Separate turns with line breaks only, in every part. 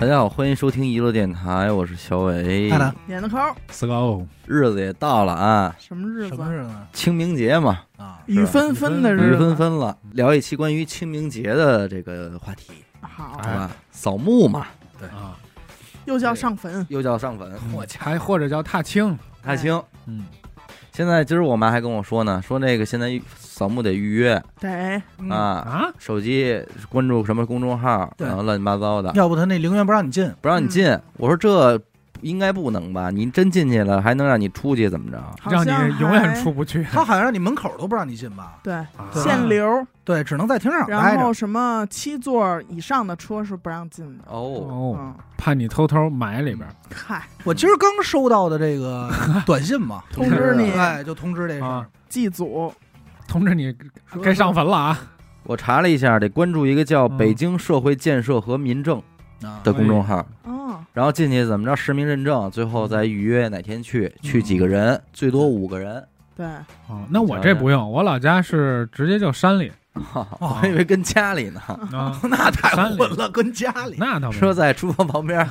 大家好，欢迎收听娱乐电台，我是小伟。
看看
演的抠，
四哦高
日子也到了啊，
什么日
什
子？
么日子啊
清明节嘛，
啊？
雨纷纷的日
雨
子，
纷纷了，聊一期关于清明节的这个话题，
好
好，
哎
吧？扫墓嘛，
啊，
又叫上坟，
又叫上坟、
我还或者叫踏青，
踏青。
嗯，
现在今儿我妈还跟我说呢，说那个现在扫墓得预约
得
啊，
啊，
手机关注什么公众号，
对
然后乱七八糟的，
要不他那陵园不让你进，
不让你进。我说这应该不能吧？你真进去了，还能让你出去怎么着？
好
让
像
你
还
永远出不去。
他好像让你门口都不让你进吧？
对
啊
对
限流，
对，只能在停车场待
然
着
后。什么七座以上的车是不让进的。
哦，
哦，
嗯，
怕你偷偷埋里边
嗨，
我今儿刚收到的 这个短信嘛，
通知你
哎，就通知这事
啊
儿。
祭祖，
通知你该上坟了啊！
我查了一下，得关注一个叫
嗯
北京社会建设和民政
啊
的公众号。
哦，
然后进去怎么着实名认证，最后再预约哪天去，去几个人，最多五个人。
对，
哦，那我这不用，我老家是直接就山里
我以为跟家里呢，
啊，
那太
山里
混了，跟家里哦
那倒没
车
有。
在厨房旁边，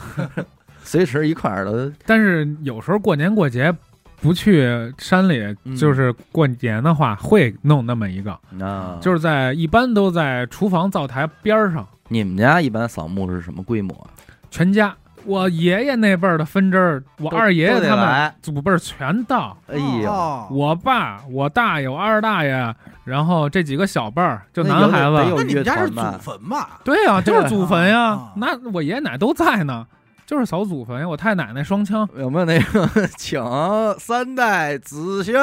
随时一块儿的。
但是有时候过年过节不去山里
嗯，
就是过年的话会弄那么一个，
啊，
就是在一般都在厨房灶台边儿上，
你们家一般扫墓是什么规模啊？
全家。我爷爷那辈儿的分支儿，我
都
二爷
都
爷
得
他们
来。
祖辈儿全到，
哎呦，
哦
我爸、我大爷、我二大爷，然后这几个小辈儿，就男孩
那有得有
子。
那你们家是
乐团吧
祖坟吧？
对呀、就是祖坟 呀、
啊
那我爷爷奶奶都在呢，就是扫祖坟呀。我太奶奶双枪，
有没有那个请三代子轩？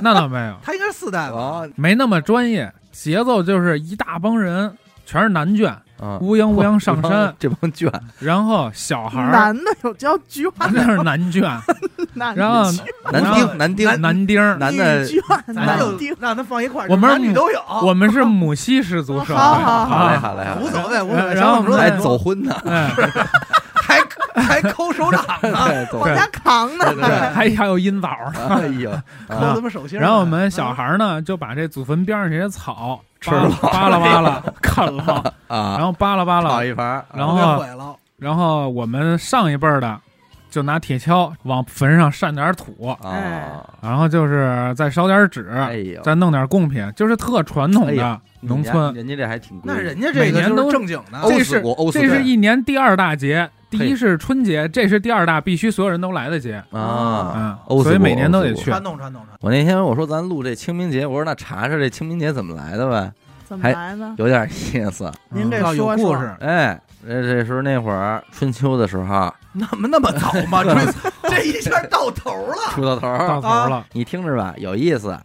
那倒没有，
他应该是四代吧？
啊，
没那么专业。节奏就是一大帮人，全是男眷，
嗯，
乌泱乌 泱上 山，
这帮这帮
然后小
啊
孩儿
男的有叫 菊花，
那是男眷，
男
然后
的
眷，男丁男丁，
男丁儿。
男的
女眷，
那
男
就
丁，
让他放一块儿，
我们是
男女都有，
我们是母系氏族社会，
哦好好
好嘞
啊
好嘞好嘞
无所谓，无所谓。
然后
小伙子
我
还
们
走婚呢，
哎，
还还抠手
啊
掌呢，
对走
往
婚。
家扛呢，
对
还还有阴枣儿
哎呦，
抠
啊
他妈手心儿呢。
然后我们小孩儿呢，就把这祖坟边上这些草
吃
扒
了
扒拉 扒拉啃了，
啊
然，后扒拉扒
炒
拉，
一盘儿，
然
啊我给
后
毁了，
然后我们上一辈儿的就拿铁锹往坟上扇点儿土，
啊，
然后就是再烧点儿纸，
哎呦，
再弄点儿贡品，就是特传统
哎
的
呀
农村。
人家这还挺贵
那
的，
人家这
每
个
年
就
都
是正经的
欧
这
死
是
国，欧死
这是
国
一年第二大节，第
嘿
一是春节，这是第二大必须所有人都来的节，
啊。
嗯，
欧死
所以
国
每年都得
欧死
去
传。统传统传统。
我那天我说咱录这清明节，我说那查查这清明节怎么来的呗，
怎么
还
来的？
有点意思。
您给
嗯
要有
说
故
说，
事，
哎，这这时候那会儿春秋的时候
那么那么早 吗？这这一下到头了。
出到头
到
儿，
头儿了，
你听着吧，有意思。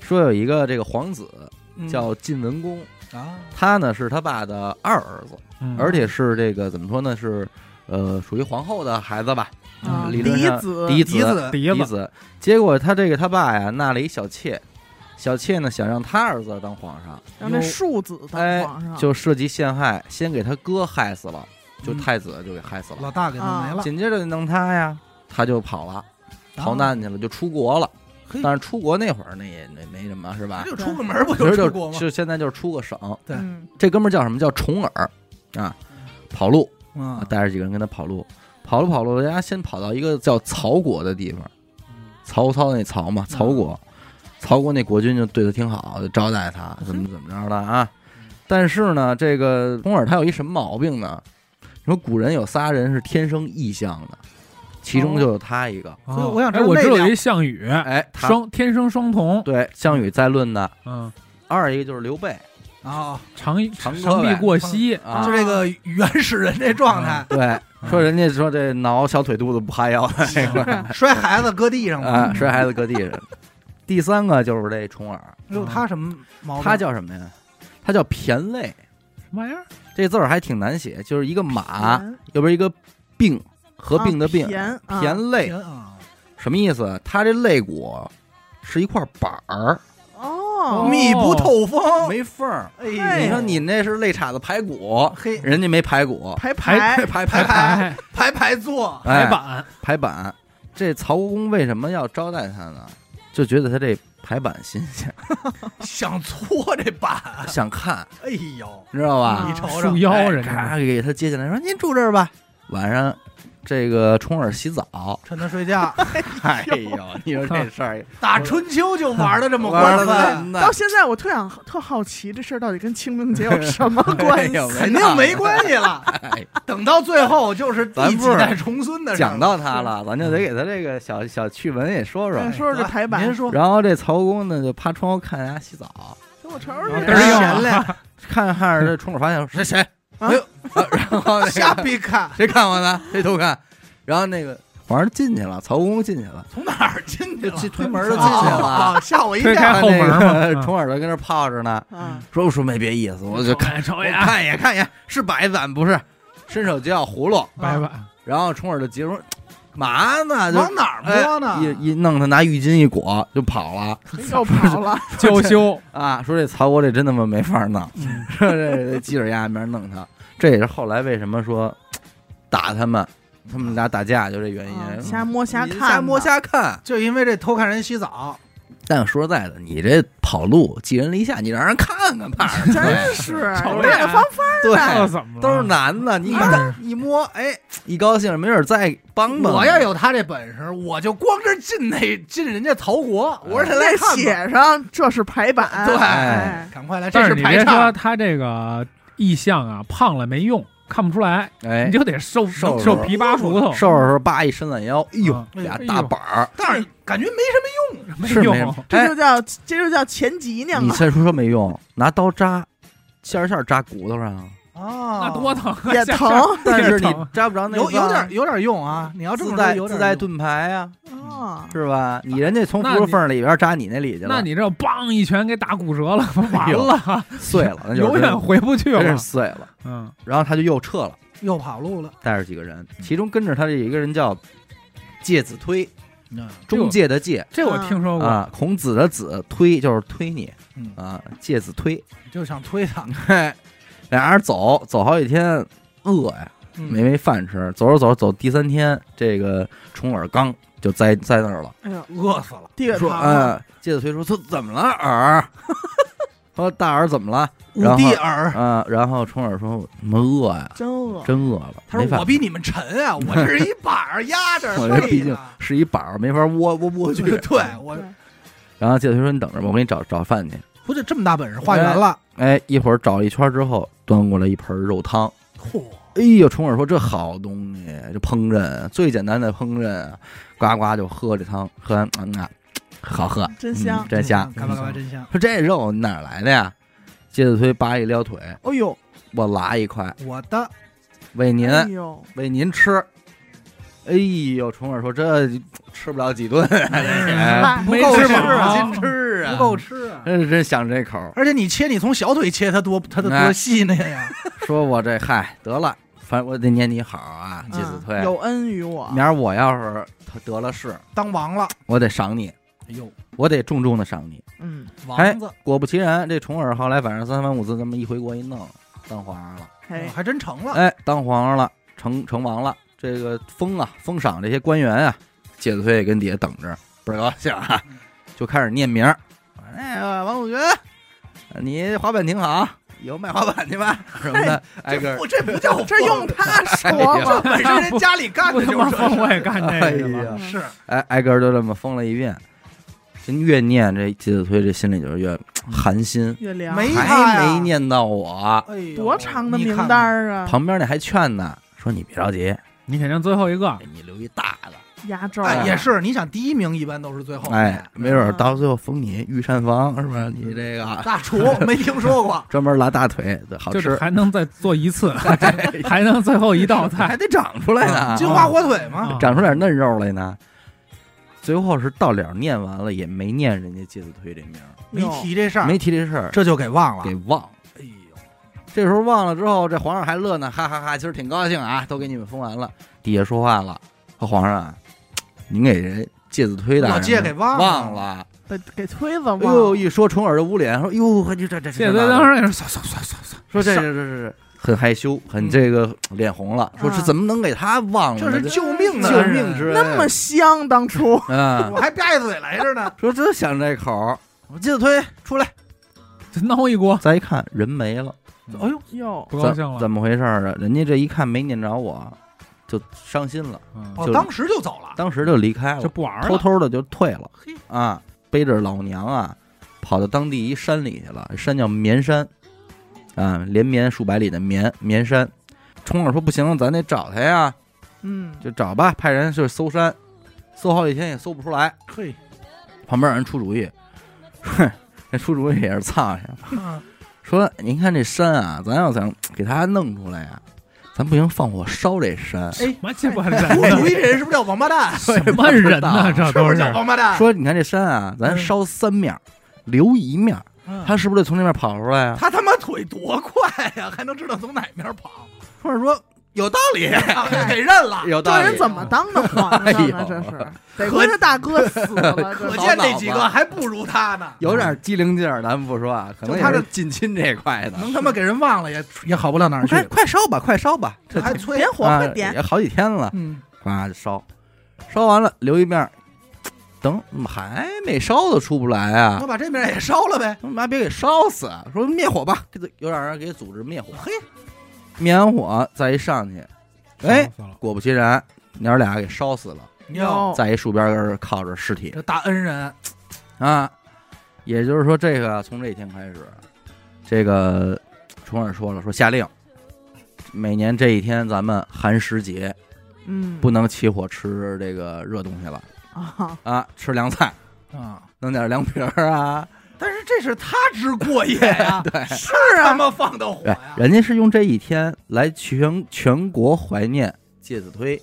说有一个这个皇子嗯
嗯
叫晋文公，
嗯啊，
他呢是他爸的二儿子，
嗯
而且是这个怎么说呢是。呃，属于皇后的孩子吧，
啊
理论上
子，
嫡
嫡子
笛
嫡
子
子。结果他这个他爸呀，纳了一小妾，小妾呢想让他儿子当皇上，
让那庶子当
哎
皇上，
就涉及陷害，先给他哥害死了，就
嗯
太子就给害死了。
老啊大给弄没了，
紧接着就弄他呀，他就跑了，啊逃难去了，就出国了。
嘿
但是出国那会儿那也没没什 么是吧
这？就出个门儿不
其实
出
就
国吗？
就现在就是出个省，
对
嗯
这哥们儿叫什么叫重耳啊，跑路，
啊，
带着几个人跟他跑路，跑了跑路，人家先跑到一个叫曹国的地方，曹操那曹嘛，曹国，曹国那国君就对他挺好，就招待他，怎么怎么着的啊。但是呢，这个重耳他有一什么毛病呢？你说古人有仨人是天生异象的，其中就有他一个，
哦
所以我想知
哎
道
我
那
知道有
两
一项羽，
哎，他
双天生双瞳，
对项羽在论的，
嗯，
二一个就是刘备
啊，
长
长
长
胳
臂
膊
过膝，
啊
就，这个原始人这状态，
对，说人家说这挠小腿肚子不哈腰的那块儿
摔孩子搁地上 了。
啊，摔孩子搁地上。第三个就是这重耳，
哟，他什么毛病？
他叫什么呀？他叫骈类，
什么玩意儿？
这字儿还挺难写，就是一个马，
田
右边一个病，合并的病，
啊田啊
骈肋
人啊，
什么意思？它这肋骨是一块板儿，
哦，
密不透风。
没缝儿。
哎呦，
你说你那是肋叉子排骨，
嘿
人家没排骨，
排
排
哎 排
排
排
排
排排坐，
哎
哎板，
排板。这曹公为什么要招待他呢？就觉得他这排版新鲜，
想搓这板，
想看，
哎呦，
你知道吧？
啊
你瞅
束
瞅，
腰人家
哎咔给他接进来，说您住这儿吧。晚上这个冲耳洗澡，
趁他睡觉，
哎呦，你说这事 儿
打春秋就玩的这 么
玩
过
的
分，啊
到现在我特想特好奇，这事儿到底跟清明节有什么关系？
肯定没关系 了。
系。
等到最后就是第
咱
几
不是
代重孙的事儿
讲到他了，咱就得给他这个小小趣闻也说说
嗯。说说这排版，
您说
然后这曹公呢，就趴窗户看人家洗澡，
我瞅瞅
然后
这
嘚
哎
儿
人
一
闲嘞，
看
晃
着看着这冲耳发现说谁谁，哎呦，啊然后那
瞎
个
逼看，
谁看我呢？谁偷看？然后那个皇上进去了，曹公进去了，
从哪儿进
就
去了？
进推门儿就
哦
进去
哦
了，
哦吓我一
推
跳
开。后门嘛
那个
嗯
冲耳朵跟那儿泡着呢。
啊，
说叔没别意思，我就看。
看瞅
我
一眼，
看一眼，看一眼，是白板不是？伸手就要葫芦，
白板，
然后冲着就急说：“干嘛呢？”就
往哪儿摸呢？
哎一一弄他拿浴巾一裹就跑了
又跑了，
娇羞，
啊！说这曹国这真他妈没法弄，
嗯
说这这鸡爪鸭明儿弄他。这也是后来为什么说打他们，他们俩打架就这原
啊
因。嗯
瞎摸瞎
你
看，
瞎摸，瞎看。
就因为这偷看人洗澡，
但说实在的，你这跑路寄人篱下，你让人看看怕什么呀？
真是
瞅着
有这个
呀哎
方法
这
对，
怎么了？
都是男的，你一
啊
一摸，哎，嗯一高兴没准儿再帮帮你。
我要有他这本事，我就光着进那进人家曹
哎
国，我说
儿
人来
得
看吧，
写上这是排版，
对
哎
赶快来，这
但是
是
你
排
别说
场，
他这个意向啊，胖了没用，看不出来，
哎
你，就得瘦
瘦
瘦皮扒骨头，
瘦的时候叭一伸懒腰，哎呦
啊，
俩
哎呦
大板儿，
但是感觉没什么
没
是没
用
用，。
这
哎，
就叫这就叫前脊梁
你
啊，
再说说没用，拿刀扎，馅儿馅儿扎骨头上，
用啊
那多疼啊，
也
下
疼
下
但是你
这疼
扎不着那
有
个
有点有点用啊！你要
自
这么说
带
有
自
点
带
用
盾牌呀，
哦，
是吧？你人家从
那
葫芦
你
缝里边扎你那里去
那
了，
你这梆一拳给打骨折了，完
呦
了，
碎了，那就是
永
真
远回不去
真
了
是。碎了。
嗯，
然后他就又撤了，
又跑路了。
带着几个人，其中跟着他的有一个人叫介子推，
嗯
中介的介
这我听说过，
啊，孔子的子推就是推你
嗯，
啊，介子 推。
就想推他，
嘿，俩人走走好几天，饿呀，
嗯
没没饭吃。走着走着走，第三天这个重耳刚就栽栽那儿了，
哎呦，
嗯饿死了。
地
说
堂啊，
哎，介子推说说怎么了耳？ 说大耳怎么了？然后
五弟儿，
啊，然后重耳说我他妈饿呀，
真饿，
真饿了。
他
没
说
法，
我比你们沉啊，我这是一板儿压着
我
睡
这毕竟
呢
是一板儿，没法窝窝窝去。
对我
对
然后介子推说你等着吧，我给你找找饭去。
不就这么大本事，化缘了。
哎，一会儿找一圈之后，端过来一盆肉汤。
嚯，
哎呦，虫儿说这好东西，这烹饪最简单的烹饪，呱呱就喝这汤，喝完嗯啊，好喝，
真香
嗯真香。
干巴干巴真香！
说这肉哪儿来的呀？介子推扒一撩腿，
哎呦，
我拿一块
我的
喂您，
哎呦，
喂您吃。哎呦，虫儿说这吃不了几顿， 哎
哎
不
没
够
吃
吃啊
饱
真，吃
不
啊，
够吃啊！
真是真想这口儿。
而且你切，你从小腿切，它多它得多
哎
细嫩呀！
说我这嗨得了，反正我得念你好啊，介子推
嗯。有恩于我，
明儿我要是得了势，
当王了，
我得赏你，
哎呦，
我得重重的赏你。
嗯，
哎
王子
果不其然，这重耳后来反正三番五次这么一回国一弄，当皇上了。
嘿，
还真成了。
哎，当皇上了，成成王了。这个封啊，封赏这些官员啊，介子推也跟底下等着，倍儿高兴啊，就开始念名儿。哎呀，王祖军，你滑板挺好，以后卖滑板去吧，什么的，挨个儿。
不，这不叫
这用他
哎
说
呀
吗？
本身人家里干
我
的
他
就
妈
是
疯，我也干
哎
这个去了。
呀，
是
嗯
挨挨个儿就这么封了一遍。这越念这介子推，这心里就是越寒心，
月亮
没他
还
呀
没念到我。
哎呦
多长的
你
名
看
单儿啊，
旁边那还劝呢，说你别着急，
你肯定最后一个，
给你留一大的，
压轴
哎，
啊
也是，你想第一名一般都是最后，
哎，，没准儿
嗯
到最后封你御膳房是吧？你这个
大厨没听说过，
专门拉大腿，对好
就是
吃，哎
还能再做一次， 还能最后一道
还
菜。
得长出来呢，
金华火腿嘛
啊，
长出点嫩肉来呢。最后是到了念完了，也没念人家介子推这名儿，
没
哟
提这事儿，
没提这事儿，
这就给忘了。
给忘了。
哎呦，
这时候忘了之后，这皇上还乐呢，哈哈哈其实挺高兴啊，都给你们封完了。底下说话了，说皇上啊，您给人介子推的
我介给忘了
忘了。哎
给给推子忘
哎呦，一说重耳就捂脸，说哟，呵你这这
谢德当时也是，算算算算算，
说这嗯
上
这这这很害羞，很这个脸红了，说是怎么能给他忘
这
了呢？
是救命
这
啊的
啊救
人
命之恩，
那么香，当初
啊
我，还吧唧嘴来着 呢。
说这想这口儿，我进推出来，
这孬一锅，
再一看人没了，
哎呦，
哟，
不高兴
怎
了。
怎么回事儿啊？人家这一看没撵着我，就伤心了，
嗯
哦
就，
当时就走了。
当时就离开
就
了，
不玩
哎偷
了，
偷的就退了
嘿，
啊，背着老娘啊，跑到当地一山里去了，山叫绵山，啊，连绵数百里的绵绵山。冲着说不行，咱得找他呀，
嗯，
就找吧，派人去搜山，搜好几天也搜不出来。
嘿，
旁边有人出主意， 哼，那出主意也是苍蝇，
哎
说您看这山啊，咱要想给它弄出来呀、咱不行放火烧这山。
什么鸡
哎
哎
巴
出
人
主
呢？
意这人是不是叫王八蛋？是
什么人
啊
呢？这
不
都
是啊
是
叫王八蛋？
说你看这山啊，咱烧三面儿，留一面儿，它是不是得从这面跑出来啊？
他他妈腿多快呀，还能知道从哪面跑？
或者说
有道理，啊给认了。
有道
这
理，
人怎么当的皇上
啊哎
呢？
呦
这是得亏他大哥死了，这
可
是
见这几个还不如他呢，
有点机灵劲儿？咱们不说啊，可能
就他
也
这
是近亲这一块的。
能他妈给人忘了也也好不到哪儿去
快。快烧吧，快烧吧，这
还催
别，火
啊
快点，
也好几天了。
嗯，
啊，烧，烧完了留一面儿，等怎么还没烧的出不来啊
我？把这面也烧了呗。
他妈别给烧死！啊说灭火吧，给有点人给组织灭火。
嘿，
灭完火再一上去，哎，
算了，
果不其然，娘儿俩给烧死了，
哟
在一树边儿靠着尸体
这大恩人，
啊。也就是说，这个从这一天开始，这个重耳说了，说下令，每年这一天咱们寒食节
嗯，
不能起火吃这个热东西了
啊，
啊，吃凉菜。
啊！
弄点凉皮儿啊，
但是这是他之过夜 呀，
对，
是啊他妈放的火
对
呀，。
哎人家是用这一天来全全国怀念介子推，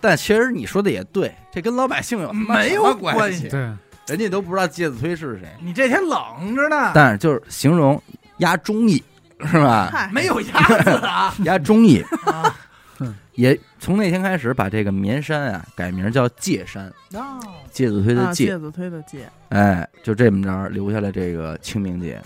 但其实你说的也对，这跟老百姓有他妈
没有
什么关
关系
对，
人家都不知道介子推是谁，
你这天冷着呢，
但是就是形容压中意是吧？
嗨，
没有鸭子啊，
压中意
啊
也从那天开始把这个绵山啊改名叫界山，
哦
介子推
啊，
的介，
介子推的介，
哎，就这么着留下了这个清明节，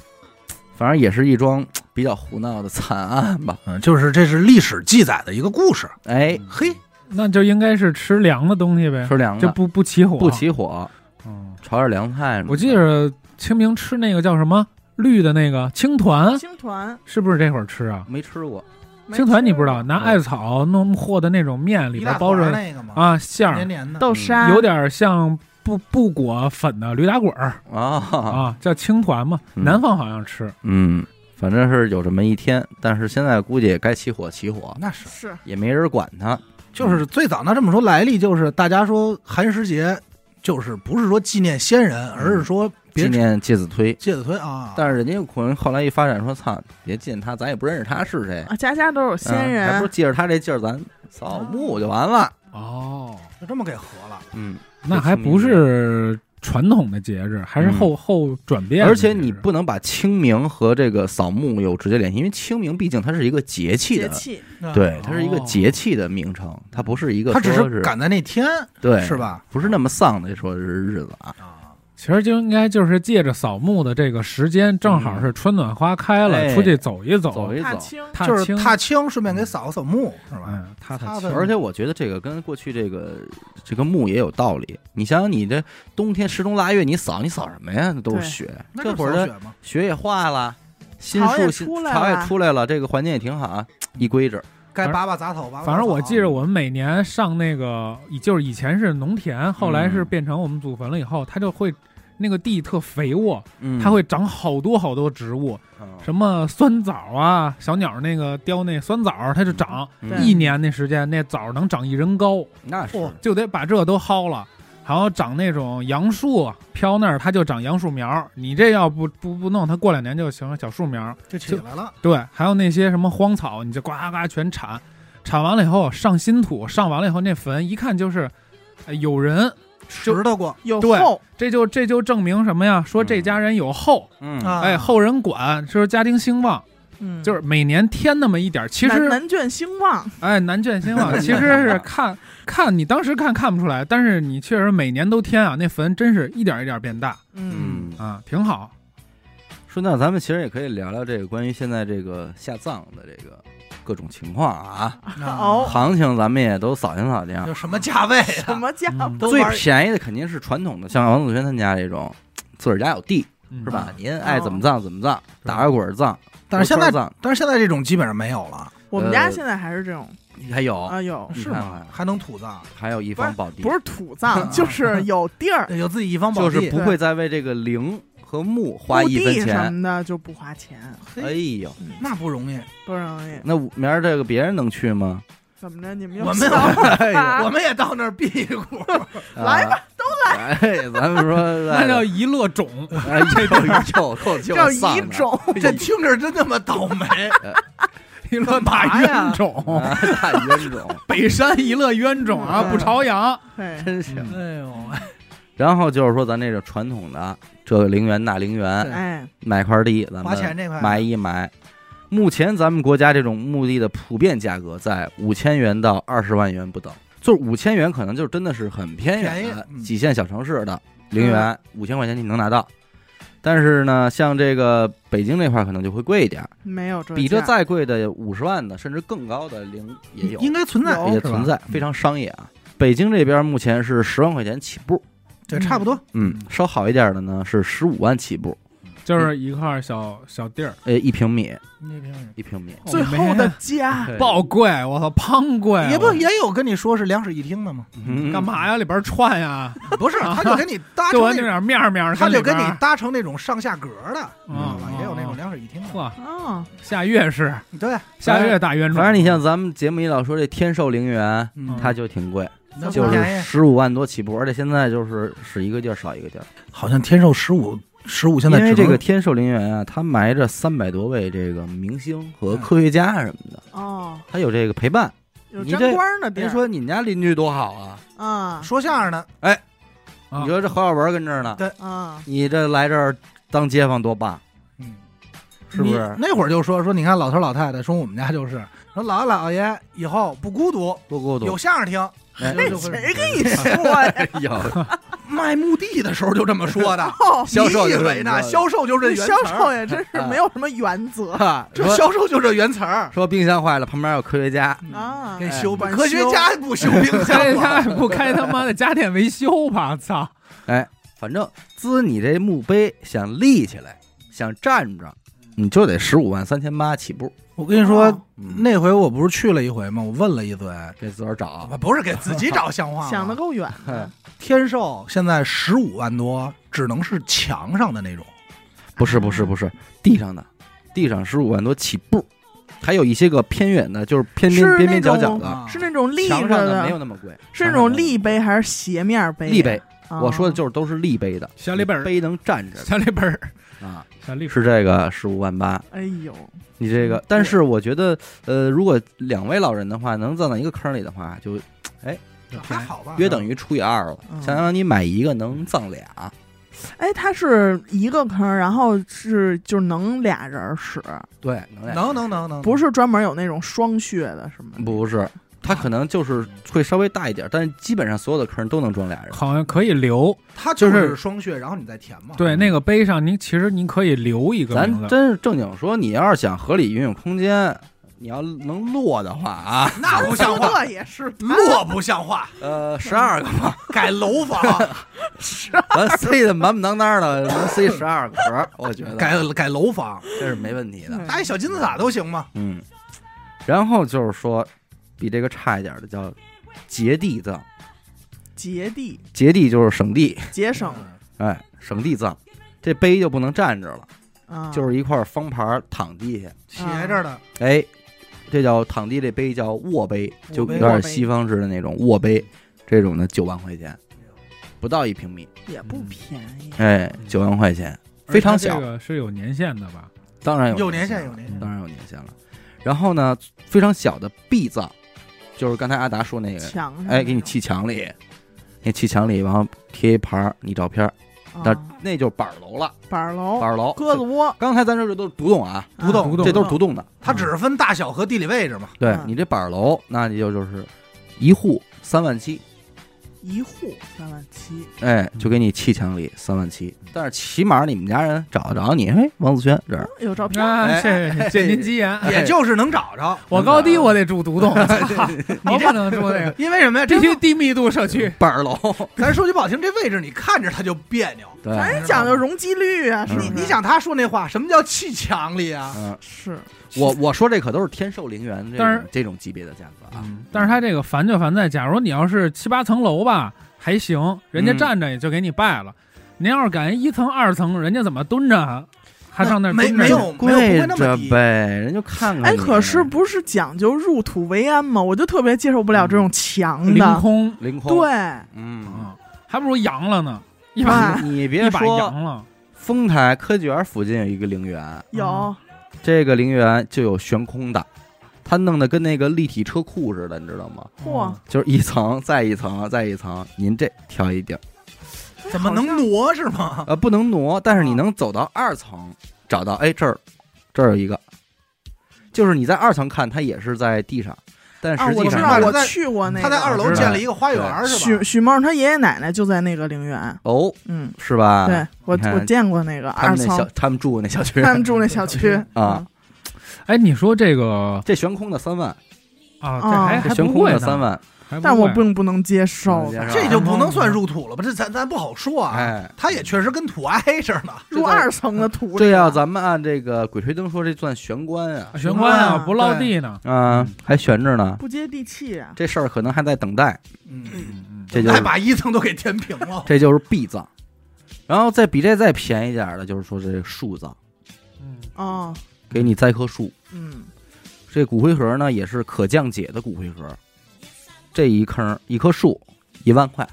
反正也是一桩比较胡闹的惨案吧，
嗯，就是这是历史记载的一个故事。
哎，
嘿，
那就应该是吃凉的东西呗，
吃凉
就
的
不不起火，
不。起火。
嗯，
炒点凉菜什么的
我记着清明吃那个叫什么绿的那个青团，
青团，
是不是这会儿吃啊？
没吃过，
没
青团
吃
你不知道，拿艾草弄和的那种面，嗯里
一
边
大
包着
团那个嘛，
啊馅
黏
儿，
黏的。
豆沙，
有点像不不裹粉的驴打滚儿
啊，
啊，叫青团嘛。
嗯
南方好像吃，
嗯，反正是有这么一天，但是现在估计也该起火起火，
那是，
是
也没人管它，
就是最早那这么说来历，就是大家说寒食节，就是不是说纪念先人，而是说
纪
别
念介子推。
介子推啊。
但是人家可能后来一发展说，操，别见他，咱也不认识他是谁，
啊，家家都有先
嗯还不
人
是，借着他这劲儿，咱扫墓就完了。
哦，
就这么给合了，
嗯，
那还不是传统的节日，还是后后转变的
而
节日。
且你不能把清明和这个扫墓有直接联系，因为清明毕竟它是一个节气
节
的，
气，
对，它是一个
哦
节气的名称，它不是一个
嗯他只
说
是赶在那天，
对
是？吧？
不是那么丧的说是日子啊，
啊，
其实就应该就是借着扫墓的这个时间，正好是春暖花开了，
哎
出去走一走，
走一
踏
走。
青，
踏
就
青
是踏青，顺便给扫扫墓，是吧？
嗯，踏
踏
踏
的
青，
而且我觉得这个跟过去这个这个墓也有道理。你想想，你这冬天十冬腊月，你扫你扫什么呀？那都
对
是雪，
那
这
就是
会儿
扫
的
雪嘛，
雪也化了，新
草也
树新
出来
草也
了嗯
出来了，这个环境也挺好啊，一规整。
该拔拔杂草，拔拔杂草。
反正我记着，我们每年上那个，以就是以前是农田，后来是变成我们祖坟了以后，它就会那个地特肥沃，
嗯
它会长好多好多植物，什么酸枣啊，小鸟那个叼那酸枣，它就长，
对
一年那时间那枣能长一人高，
那是
嚯
就得把这都薅了。还有长那种杨树，飘那儿它就长杨树苗，你这要不不不弄，它过两年就行了，小树苗。
就起来了，
对，还有那些什么荒草，你就呱呱全铲，铲完了以后上新土，上完了以后那坟一看就是，呃有人，就
拾掇过
有
对
后，
这就这就证明什么呀？说这家人有后，
嗯
啊，
哎，后人管，就是家丁兴旺，
嗯，
就是每年添那么一点儿，其
南
实
南卷兴 旺，
哎南卷兴旺，其实是看看你当时看看不出来，但是你确实每年都添啊，那坟真是一点儿一点儿变大
嗯，
嗯。
啊，挺好。
说那咱们其实也可以聊聊这个关于现在这个下葬的这个各种情况啊，
哦，
行情咱们也都扫听扫啊听。
就什么价位
什
啊？
么家伙
嗯
都
最
玩
便宜的肯定是传统的，像王子轩他们家这种，自个儿家有地
嗯
是吧？您爱怎么葬怎么葬，
对
打个滚儿葬。
但是现在
揉圈儿，葬
但是现在这种基本上没有了，
我们家
呃哦
现在还是这种
还有
啊，有
你
是
看
吗
看？
还能土葬，
还有一方宝嗯地，
不是土葬，就是有地儿、
有自己一方宝
就
地，
是不会再为这个陵和墓 花
墓
一分
地什
钱。
么的就不花钱，
哎呦，
那不容易。
不容易。
那明儿这个别人能去吗？
怎么着？你们又
我
笑
们
了
哎
也我们也到那儿辟谷，
来吧，都来。啊哎，咱们说
那叫一乐种，
哎这都是够够就
叫
丧
一
的
种，
这听着真他妈倒 霉。
一乐
哎
大冤种，
啊大冤种，
北山一乐冤种啊，
嗯
不朝阳。
对，
真行。
哎呦，
然后就是说，咱这种传统的这个陵园那陵园，
对
哎，
买块地，咱
花钱
们
这块
买一买。目前咱们国家这种墓地的普遍价格在五千元到二十万元不等，就是五千元可能就真的是很偏远的
便宜嗯
几线小城市的陵园，五千块钱你能拿到。但是呢，像这个北京这块儿可能就会贵一点儿，
没有这
比这
价
再贵的五十万的甚至更高的陵也有。
应该存在，
也
是吧嗯
存在，非常商业啊。北京这边目前是十万块钱起步，
对，差不多。
嗯，稍好一点的呢是十五万起步，
就是一块小小地儿，哦
呃，一平米，
那边人
一平米，
最后的 家，
对
爆贵，我操，胖贵，
也不
我
也有跟你说是两室一厅 的吗？
嗯
干？嘛呀？里边串呀，
不是，啊他就给你搭
就
成
完那
那，
点面儿面儿，
他就
跟
给
里
你哦
边儿
搭成那种上下格的，
嗯
知道吧？也有那种。两室一厅的。
嚯，
哦，
下月是
对，
下月大冤种，
反正你 像咱们节目一老说这天寿陵园，
嗯
它就挺贵，
那
就
不便
是
宜啊
十五万多起步，而且现在就是使一个地儿少一个地儿，
好像天寿十五十五现
因
在
为
只
这
能
个天寿陵园啊，它埋着三百多位这个明星和
嗯
科学家什么的，
哦，
它有这个陪伴。
有
你
沾
这
光的地
您
儿
说你们家邻居多好啊？
啊
说相声的，
啊
你说这侯耀文跟这儿呢，
啊，
你这来这儿当街坊多棒，
嗯，
是不是
你那会儿就说说，你看老头老太太，说我们家就是说姥姥姥爷以后不孤独，
多孤独？
有相声听。
哎
那
那谁 跟你说呀？
有，
卖墓地的时候就这么 说的，
哦
销售
你
就
以
是
为
你
呢？
知道的
销售就是这
这
原
销
词
售
儿，
也真是
啊
没有什么原则
这
说
销售就这原词儿。嗯
说冰箱坏了，旁边有科学家，
啊。
给
哎
修
管
吧，科学
修
家不修冰
开
箱吗？
家不开他妈的家电维修吧，操！
反正滋你这墓碑想立起来，想站着，
嗯
你就得十五万三千八起步。
我跟你说
哦，
嗯，
那回我不是去了一回吗？我问了一嘴，
哦给自个儿找，啊
不是给自己 找像话吗，
想的够远
哎
的，
天寿现在十五万多，只能是墙上的那种，
不是不是不是，地上的，地上十五万多起步，还有一些个偏远的，就是偏边
是
边边
那
角
种
角
啊
的，
是那种立
啊墙
着
上的没有那么贵，
是那
墙
种
上的
立碑还是斜面碑？
立碑，
啊，
我说的就是都是立碑的，
小立本儿，
碑能站着
小立本儿，
的啊，
小立本
是这个十五万八。
哎呦，
你这
嗯
个，但是我觉得，呃，如果两位老人的话，能葬在一个坑里的话，就
儿，
还好吧？
约等于除以二了，
嗯
相当于买一个能葬俩。
哎，它是一个坑，然后是就能俩人使，
对，能俩
嗯能能能能，
不是专门有那种双穴的，是吗？
不是，它可能就是会稍微大一点，但是基本上所有的坑都能装俩人。
好像可以留。
它就
就是
是双穴，然后你再填嘛。
对，那个碑上您其实您可以留一个
咱
名字，
真是正经说，你要是想合理运用空间，你要能落的话啊，
那 不像话，
这也 是啊
落不像话，
呃，十二个，
改楼房，
咱塞的满满当当的，能塞十二个盒，我觉得
改改楼房，
这是没问题的。
搭一小金字塔都行吗？
嗯，然后就是说，比这个差一点的叫结地葬，
节地
结地就是省地，
节省
哎，省地葬，这碑就不能站着了，
啊，
嗯就是一块方牌躺地下，
斜着的，
哎，这叫躺地，这碑叫卧碑，
卧
就
碑
有点西方式的那种卧碑，这种的九万块钱，不到一平米，
也不便宜，
哎，九万块钱，非常
而且它
小
这，个是有年限的吧？
当然
有
年
年限
了
有年限，
当然有年限了。然后呢，非常小的壁葬，就是刚才阿达说那个，
墙上
哎，给你砌墙里，那砌墙里，然后贴一牌儿你照片儿，
那
但
种啊
那就是板儿楼了，
板儿
板
哦楼、
儿楼。
鸽子窝，
刚才咱说这都是独栋啊，
独
啊
栋，
独栋
这都是独栋的。
它只是分大小和地理位置嘛。
对
嗯
你这板儿楼，那你就就是一户三万七，
一户三万七，
哎，就给你砌墙里三万七，但是起码你们家人找得着你，嘿，王子轩这儿，
有照片，
啊，谢谢谢您吉言。
哎
也就是能找着。
我高低我得住独栋，我不能住那个，
因为 什么呀？
这
这
些低密度社区。
板儿楼，
咱说句不好听，这位置你看着它就别扭。
对，
咱也哎讲究容积率啊，是不
你
是
你想他说那话，什么叫砌墙里啊？
嗯，
是
我我说这可都是天寿陵园这
但是
种这种级别的价格啊，
但是它这个烦就烦在，假如你要是七八层楼吧，还行，人
嗯
家站着也就给你拜了。您要是赶一层、二层，人家怎么蹲着啊？还上那儿
没
蹲着
没有没有不会
跪
那么
着
低。
呗，人就看看
哎，
你
可是不是讲究入土为安吗？我就特别接受不了这种墙
凌
的，
空
凌空，
对，
哦嗯，
啊，还不如扬了呢，一把
啊
你你
一
别
把
说，
扬了。
丰台科技园附近有一个陵园，
有
这个陵园就有悬空的，它弄得跟那个立体车库似的，你知道吗？
嚯
嗯
就是一层再一层再一层，您这挑一地儿，
怎么能挪是吗？
呃，不能挪，但是你能走到二层，找到哎这儿，这儿有一个，就是你在二层看，它也是在地上，但
啊，
实
我
际
知
上它
道
啊是
是、
我
在
去过那个，
他在二
我
楼
知道
建了一个花园是吧
许？许茂他爷爷奶奶就在那个陵园，
哦，
嗯，
是吧？
对我
你看
我见过那个
他
二
们那小
层，
他们住那小区，
他们住那小区 嗯
啊，
哎，你说这个
这悬空的三万，
啊，这
啊
还
这
还
悬
不
空
会
的
呢
三，万，
还
但
不
我
会
并不能接受
不能接受
这就不能算入土了吧？这咱咱不好说啊。
哎，
他也确实跟土挨着呢。
入二层 的土里
对呀、
了
咱们按这个《鬼吹灯》说，这算悬棺啊，
玄关啊，
啊
不落地呢。
啊，
嗯
还悬着呢，
不接地气啊，
这事儿可能还在等待，
嗯，
嗯嗯
这就
还
是
把一层都给填平了。
这就是壁葬，然后再比这再便宜点儿的，就是说这树葬，
嗯，
哦，
给你栽棵树，
嗯，
这骨灰盒呢也是可降解的骨灰盒，这一坑一棵树一万块，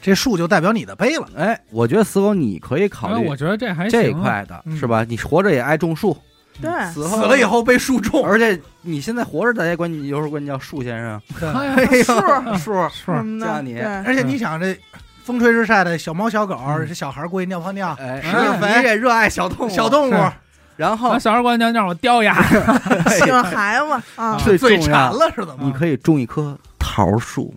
这树就代表你的碑了。
哎，我觉得死狗你可以
反
考
正
虑
我觉得这还行啊
这一块的
嗯
是吧？你活着也爱种树，
对，
哎
嗯死
死了以
后。
后被树
哦
种，
而且你现在活着，大家管你有时候管你叫树先生，
哎呀
哎呦
是
树，
是
什么
嫁
的，
你
对，
而且你想这风吹日晒的小猫小狗，
嗯
这小孩过去尿泡尿，
哎，
施
点
肥
你也热爱小动物，
小动物
是
然后
啊，小孩管娘让我叼牙，哎
喜欢孩子啊，
最重
最馋
要，
了是怎么？
你可以种一棵桃树，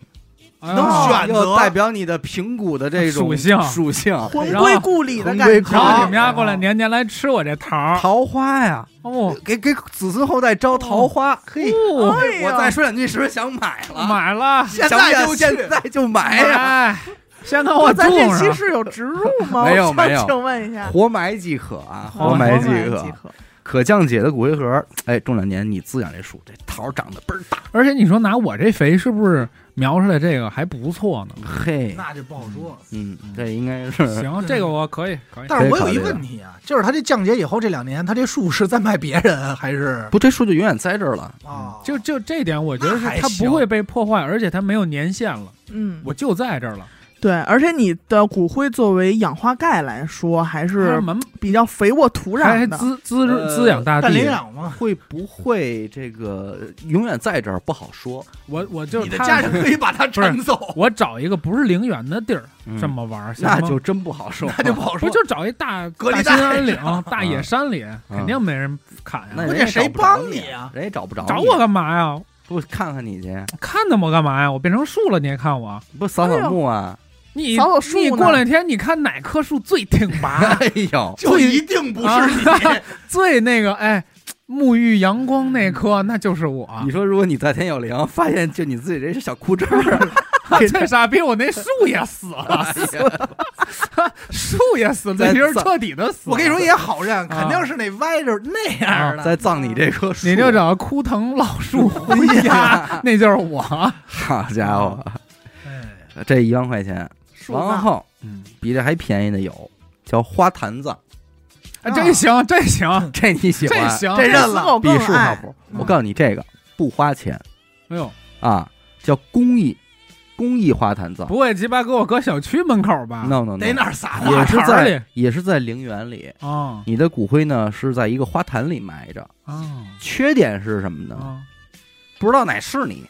能
能
哦
选择
又代表你的平谷的这种
属性
属性，
魂归故里的
魂
感
归
觉
故
然后你
里
们家过来年年来吃我这桃儿，
桃花呀，
哦，
给给子孙后代招桃花。嘿，
哦
哎 呦
我再说两句，是不是想买了？
买了，
现
想
在
想
就去
现在就买呀，
哎，先跟我种
咱这期
上，
是有植入吗？
没有
我想
没有
请问一下，
活埋即可啊，
好
活埋即
可
可，可降解的骨灰盒。哎，种两年你滋养这树，这桃长得倍儿大。
而且你说拿我这肥是不是描出来这个还不错呢？
嘿，
那就不好说。
嗯，这应该是
行，这个我可以，可以。
但是我有一问题啊，就是他这降解以后这两年，他这树是在卖别人啊还是
不？这树就永远栽这儿了。
啊？
嗯就就这点，我觉得是
那还
它
行
不会被破坏，而且它没有年限了，
嗯，
我就在这儿了。
对，而且你的骨灰作为氧化钙来说，还
它
是
门
比较肥沃土
还
壤的。
滋滋
呃
滋养大
但
地
领，养吗？
会不会这个永远在这儿不好说？
我我就
你的
它
家人可以把它铲走，
我找一个不是陵园的地儿
嗯
这么玩儿，行吗
那就真不好说。
那就不好
哦不
说。
就找一大
隔
大
离带啊
兴安岭、大野山里，肯
嗯
定没人砍
那
呀。
人
关
家
键谁
找不着
帮
你
你啊
人也找不着你
找我干嘛呀？
不看看你去，
看的我干嘛呀？我变成树了，你还看我？
不扫
哎
扫
呦
墓啊？
你
扫扫树呢
你过两天你看哪棵树最挺拔，
哎呦，
就一定 不
啊
是你，
最那个哎，沐浴阳光那棵，那就是我
你。说如果你在天有灵，发现就你自己这是小裤衩儿，
啊最傻逼，我那树也死
哎
了， 树也死了，
在
这人
葬
彻底的死了。啊
我跟你说也好认，肯定是那歪着那样的。
再葬你这棵树，
你 就找枯藤老树 昏鸦，那就是我。
好家伙，
哎
这一万块钱，
树
然
葬
后
嗯，
比这还便宜的有叫花坛葬，
啊这行，这
嗯
行，
这你喜
这
欢？
行，
这认了
死狗
比
更
树靠
爱
谱。
嗯
我告诉你，这个不花钱
哎呦，
啊，叫公益公益花坛葬。
不会鸡巴给我搁小区门口吧？
no no
得
no，
哪儿撒
花
也
花？
是
坛儿里
在也是在陵园里，
啊
你的骨灰呢是在一个花坛里埋着。
啊
缺点是什么呢？
啊！
不知道哪是你，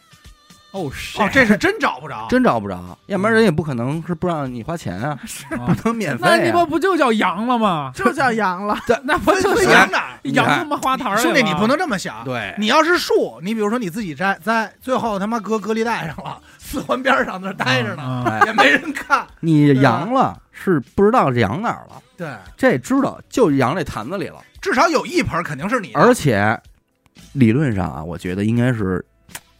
哦，
哦，这是真找不着，
真找不着，要不然人也不可能是不让你花钱
哦
啊，不能免费、啊。
那你们不就叫羊了吗？
就叫羊 了。
那不就哎
分
是
羊哪？
羊他妈花坛儿了吗？
兄弟，你不能这么想。
对，
你要是树，你比如说你自己摘栽，最后他妈搁隔离带上了，四环边上那儿待着呢，
啊
哎
也没人看。
你阳了是不知道阳哪儿了，
对，
这知道就阳这坛子里了。
至少有一盆肯定是你的。
而且理论上啊，我觉得应该是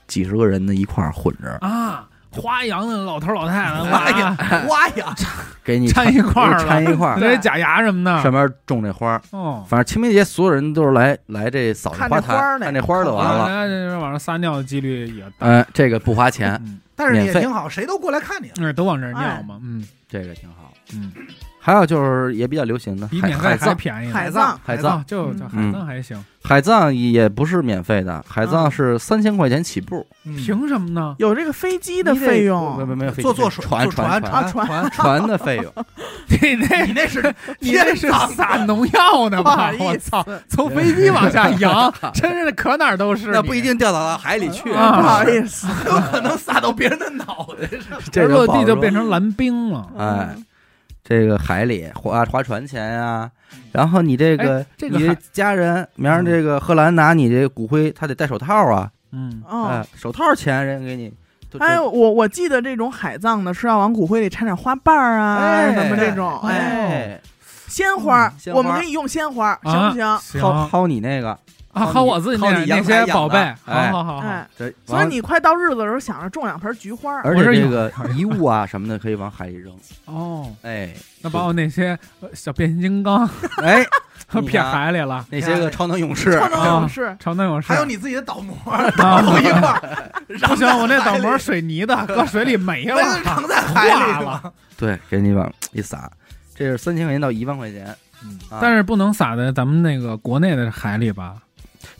几十个人的一块儿混着，
啊，花羊的老头老太太，
花
哇
羊，花呀，
给你
掺一块儿了啊
掺一块儿，
那些假牙什么的，
上面种这花儿。
哦，
反正清明节所有人都是来来这扫这
看
花
这花
坛，
儿呢
看这花儿就完
大
了。
家这往上撒尿的几率也大，
呃，这个不花钱，
嗯，
但是也
免费
挺好，谁都过来看你了。
那都往这儿
哎
尿嘛，嗯
这个挺好。
嗯，
还有就是也比较流行的
比
海
免费
海
还
葬，
便宜呢，
海葬
海嗯葬
葬就就海葬还行，
海葬也不是免费的，海葬
啊
是三千块钱起步，
嗯
凭什 么呢？
有这个飞机
你
的
得
费
不
用，
不没有飞机
坐坐
费
水
船
坐船
船
啊
船，
船的费用，
你那
你那是
你这是撒农药呢
不
吧
好？
我
意思，
操，从飞机往下扬，真是可哪儿都是。
那不一。定掉到海里去，
不
啊
好意思，
有可能撒到别人的脑袋上。
这
落
个
地就变
成
成蓝冰
嗯
了。
哎，这个海里划划船钱啊，然后你这个
哎这个
你
海
家人，明儿这个荷兰拿你这骨灰，他得戴手套啊，
嗯，
哎
哦，，
手套钱人家给你，都都
哎，我我记得这种海葬的是要往骨灰里掺点花瓣儿啊，
哎
什么这种，
哎
哎，
哎，
鲜花儿
嗯，鲜花
我们可以用鲜花儿，行
啊
不行？
行
薅薅你那个，
啊，
薅
薅
你
我自己
薅
那
你
那
阳
些
台
宝
养
贝
的，
好
哎
好好好，
哎，
这
所以
完
你快到日子的时候，想着种两盆菊花儿，
而
我这
且这
有
个遗物啊什么的可以往海里扔，
哦，
哎
那把我那些呃小变形金刚
哎，
撇海里了，
那些个超能勇
呃
士，
超能勇士，
超能勇士
还。有你自己的 倒模，倒一块儿，
啊不
不
行，我那倒模水泥的，搁水里没了，啊
藏在海里
化
了。
对，给你往一撒，这是三千块钱到一万块钱，啊
但是不能撒在咱们那个国内的海里吧？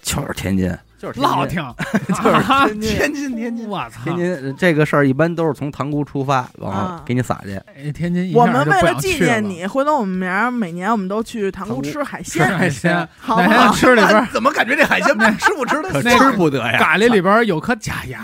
就是天津，就是
落
天
听，就是
天津
天津，天津，
啊我操
津，天！津这个事儿一般都是从塘沽出发，往
啊
给你撒去，
哎天津一下
我们
就
为
不
了
想
纪
去
念
了
你，回头我们明儿每年我们都去塘沽
塘沽
吃海
吃
鲜，
海鲜，
好
哪
不
天
好？
吃里边儿
怎么感觉这海鲜不吃不吃啊的
那
香？
不得呀。
咖喱里边儿有颗假牙，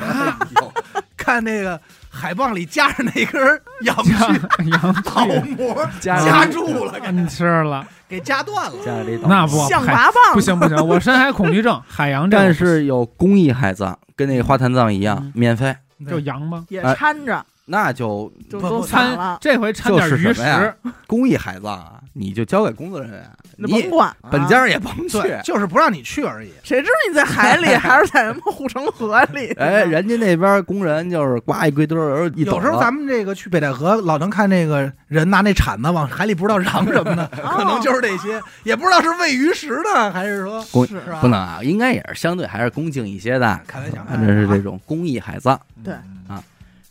看那个海蚌里夹着那根羊
假
去
羊
倒
去
模
夹
夹住了，给
你吃了，
给夹断了。
啊家里
那不
象
海
拔蚌
不行不行，我深海恐惧症，海洋这
但
个不
是有公益海葬，跟那个花坛葬一样
嗯，
免费，
就羊 吧，
也
哎
掺着，
那就
就
不
都
不
散
掺
了，
这回掺点
就是
鱼
什么呀
食，
公益海葬啊，你就交给工作人员，
那
你
甭管啊
本家也甭去。
对，就是不让你去而已。
谁知道你在海 里还是在什么护城河里？
哎，人家那边工人就是呱一堆堆儿，一走
有时候
了
咱们这个去北戴河，老能看那个人拿那铲子往海里不知道嚷什么的，
哦
可能就是这些，也不知道是喂鱼食呢，还是说
公
是吧
不能啊，应该也是相对还是恭敬一些的，
开玩笑，啊
反正是这种公益海葬。
对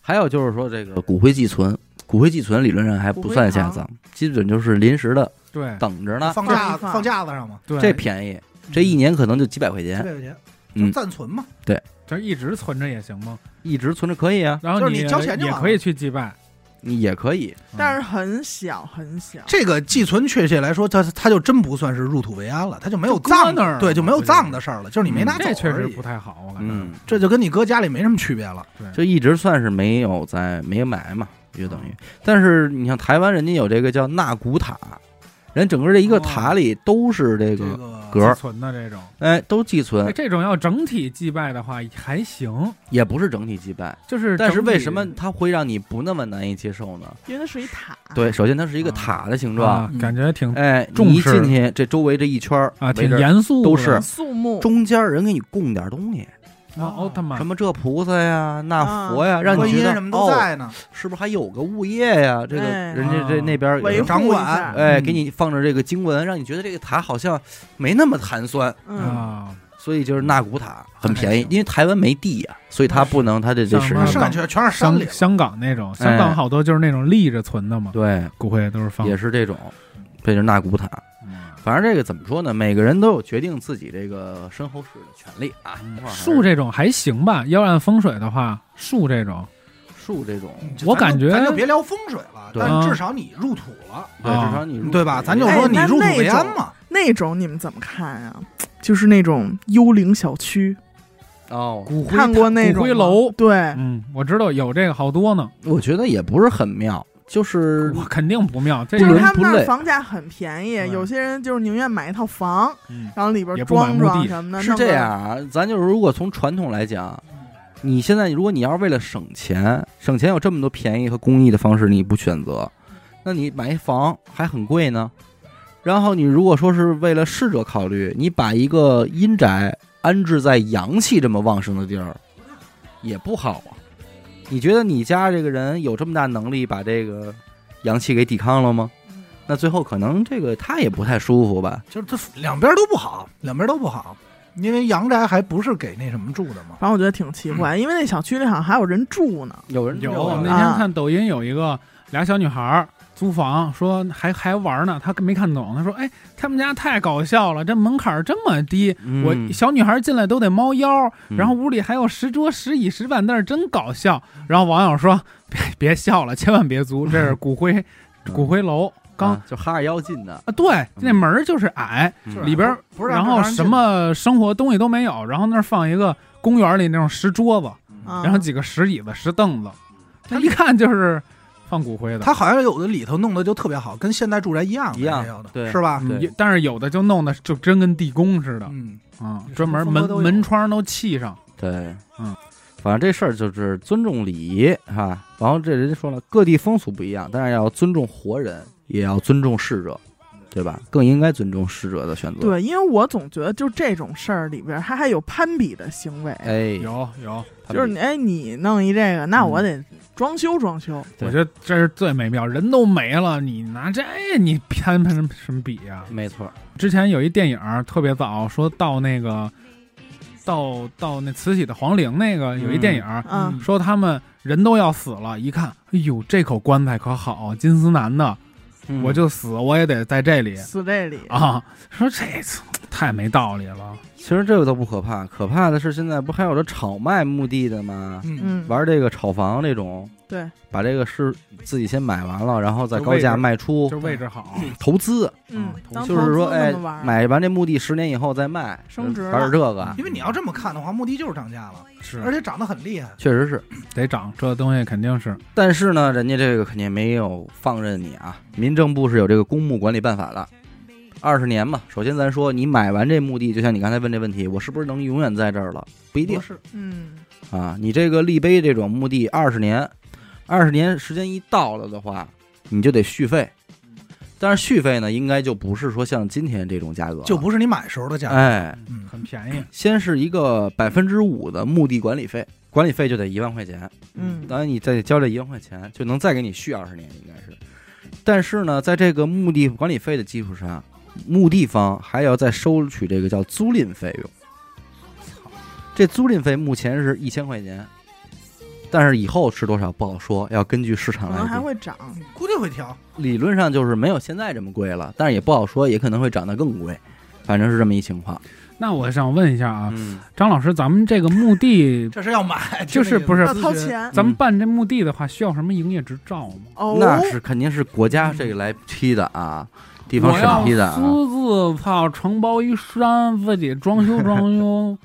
还有就是说，这个骨灰寄存，骨灰寄存理论上还不算下葬，
啊
基本就是临时的，
对
等着呢。
放
放
架
一放
放架子上嘛，
对，
这便宜，这一年可能就几百块
几
钱，
百块钱，
嗯
就暂存嘛。
这一直存着也行吗？
一直存着可以啊，
然后
就是你交钱就
也
完了
可以去祭拜，
你也可以。
但是很小很小，
这个寄存确切来说，它它就真不算是入土为安了，它就没有
就搁
葬
那儿了
对，就没有
对
葬的事儿了，就是你没拿
嗯
走
这确实
而已
不。太好，我感觉。
嗯，
这就跟你搁家里没什么区别了，
就一直算是没有在没埋嘛，就等于。但是你像台湾，人家有这个叫纳古塔，人整个这一个塔
哦
里都是这
这
个，
个
格
寄
儿
存的这种，
哎，都寄
哎
存，
这种要整体祭拜的话还行，
也不是整体祭拜。
就是
但是
整体啊
为什么它会让你不那么难以接受呢？
因为它是一塔。
对，首先它是一个塔的形状
啊，感觉挺
哎，
重
你一
视
进去，这周围这一圈儿
啊挺
严。
严肃的，
都是
肃穆，
中间人给你供点东西，
啊奥特曼
什么这菩萨呀、那佛呀，让
啊观
你
音
觉
什
得
么都
哦，
在呢，
是不是还有个物业呀？这个
哎
人家这
啊
那边
维
有
护
掌
一
管
下
哎，
嗯
给你放着这个经文，让你觉得这个塔好像没那么寒酸，
嗯，
啊，
所以就是纳古塔很便
还
宜
行，
因为台湾没地呀，所以
哎
它不能，它这这是
像什么
剩下啊去全是山
香
里了。
香港那种，
哎
香港好多就是那种立着存的嘛，
对，
骨灰都是放
也是这种，这就是纳古塔。
嗯
反正这个怎么说呢？每个人都有决定自己这个身后事的权利啊。一会儿还是
树这种还行吧，要按风水的话，树这种
树这种，
就
我感
咱就
觉
咱就别聊风水了，
对
但至少你入土了，
对，
啊
至少你入
对吧？
土
咱就说你
哎那
入土为
那
安
种
嘛。
啊那种你们怎么看呀？就是那种幽灵小区，
哦，
骨灰
看过那
骨
种
灰
吗
楼
对，
嗯，我知道有这个好多呢，
我觉得也不是很妙，就是
我肯定不妙，这
不
就
伦
是
个
他们那
不类
儿房价很便宜，
嗯
有些人就是宁愿买一套房，
嗯
然后里边
也不买
装
墓
装
地
什么的。
是
弄个
这样，啊，咱就是如果从传统来讲，你现在如果你要是为了省钱，省钱有这么多便宜和公益的方式，你不选择，那你买一房还很贵呢。然后你如果说是为了逝者考虑，你把一个阴宅安置在阳气这么旺盛的地儿，也不好啊。你觉得你家这个人有这么大能力把这个阳气给抵抗了吗？那最后可能这个他也不太舒服吧。
就是它两边都不好，两边都不好，因为阳宅还不是给那什么住的嘛。
反正我觉得挺奇怪，因为那小区里好像还有人住呢。
有人
有。啊
有啊
我
人
那天看抖音有一个俩小女孩儿租房，说还还玩呢，她没看懂，她说哎，他们家太搞笑了，这门槛儿这么低。
嗯
我小女孩进来都得猫腰，
嗯
然后屋里还有石桌、石椅、石板凳儿，真搞笑。然后网友说：“ 别别笑了，千万别租，这是骨灰骨灰楼。”刚
啊就哈着腰进的，
啊，对，那门儿就是矮，
嗯
是
里边儿
不是啊
然
按
后
正常
什
进
么生活东西都没有，然后那儿放一个公园里那种石桌子，
啊、
然后几个石椅子、石凳子，这一看就是放骨灰的。
它好像有的里头弄的就特别好，跟现代住宅一样的
一样
那的，
对
是吧？
嗯
对
有但是有的就弄的就真跟地宫似的
嗯，
啊，
什
专门
么风格
门
都有
门窗都砌上。
对，
嗯，
反正这事儿就是尊重礼仪哈、然后这人家说了，各地风俗不一样，但是要尊重活人，也要尊重逝者，对吧？更应该尊重逝者的选择。，
对，因为我总觉得就这种事儿里边，它还有攀比的行为，
哎，
有有，
就是你哎，你弄一这个，那我得装修装修。
对
我觉得这是最美妙，人都没了，你拿这哎你攀攀什么比呀、
没错，
之前有一电影儿特别早，说到那个到到那慈禧的皇陵那个有一电影儿，
嗯
说他们人都要死了，一看，哎呦，这口棺材可好，金丝楠的，
嗯
我就死我也得在这里
死这里，
啊！说这次太没道理了，
其实这个都不可怕，可怕的是现在不还有这炒卖墓地的吗？
嗯，
嗯，
玩这个炒房这种，
对，
把这个是自己先买完了，然后再
就
高
位置
价卖出
就，位置好，
投资。
嗯
啊，
当
就是说，
投资那
哎
么玩，儿
买完这墓地十年以后再卖，
升值了
玩这个，
嗯
因为你要这么看的话，墓地就是涨价了，而
是
且涨得很厉害。
确实是。
得涨，这东西肯定是
但是呢，人家这个肯定没有放任你啊。民政部是有这个公墓管理办法的，二十年嘛。首先咱说，你买完这墓地，就像你刚才问这问题，我是不是能永远在这儿了？不一定
不是，
嗯，
啊。你这个立碑这种墓地二十年，二十年时间一到了的话，你就得续费。但是续费呢，应该就不是说像今天这种价格了，
就不是你买时候的价格。
哎，
嗯，
很便宜，
先是一个百分之五的墓地管理费，管理费就得一万块钱。
嗯
当然你再交这一万块钱，就能再给你续二十年，应该是。但是呢，在这个墓地管理费的基础上，墓地方还要再收取这个叫租赁费用。这租赁费目前是一千块钱，但是以后是多少不好说，要根据市
可
场来
能还
定。
会涨，
嗯估计会调。
理论上就是没有现在这么贵了，但是也不好说，也可能会涨得更贵，反正是这么一情况。
那我想问一下啊，
嗯，
张老师，咱们这个墓地，
这是要买，
就是不是
要掏？钱
咱们办这墓地的话，需要什么营业执照吗？
哦，
那是肯定是国家这个来批的啊，地方
我要
审批的啊。
私自操承包一山，自己装修装 修，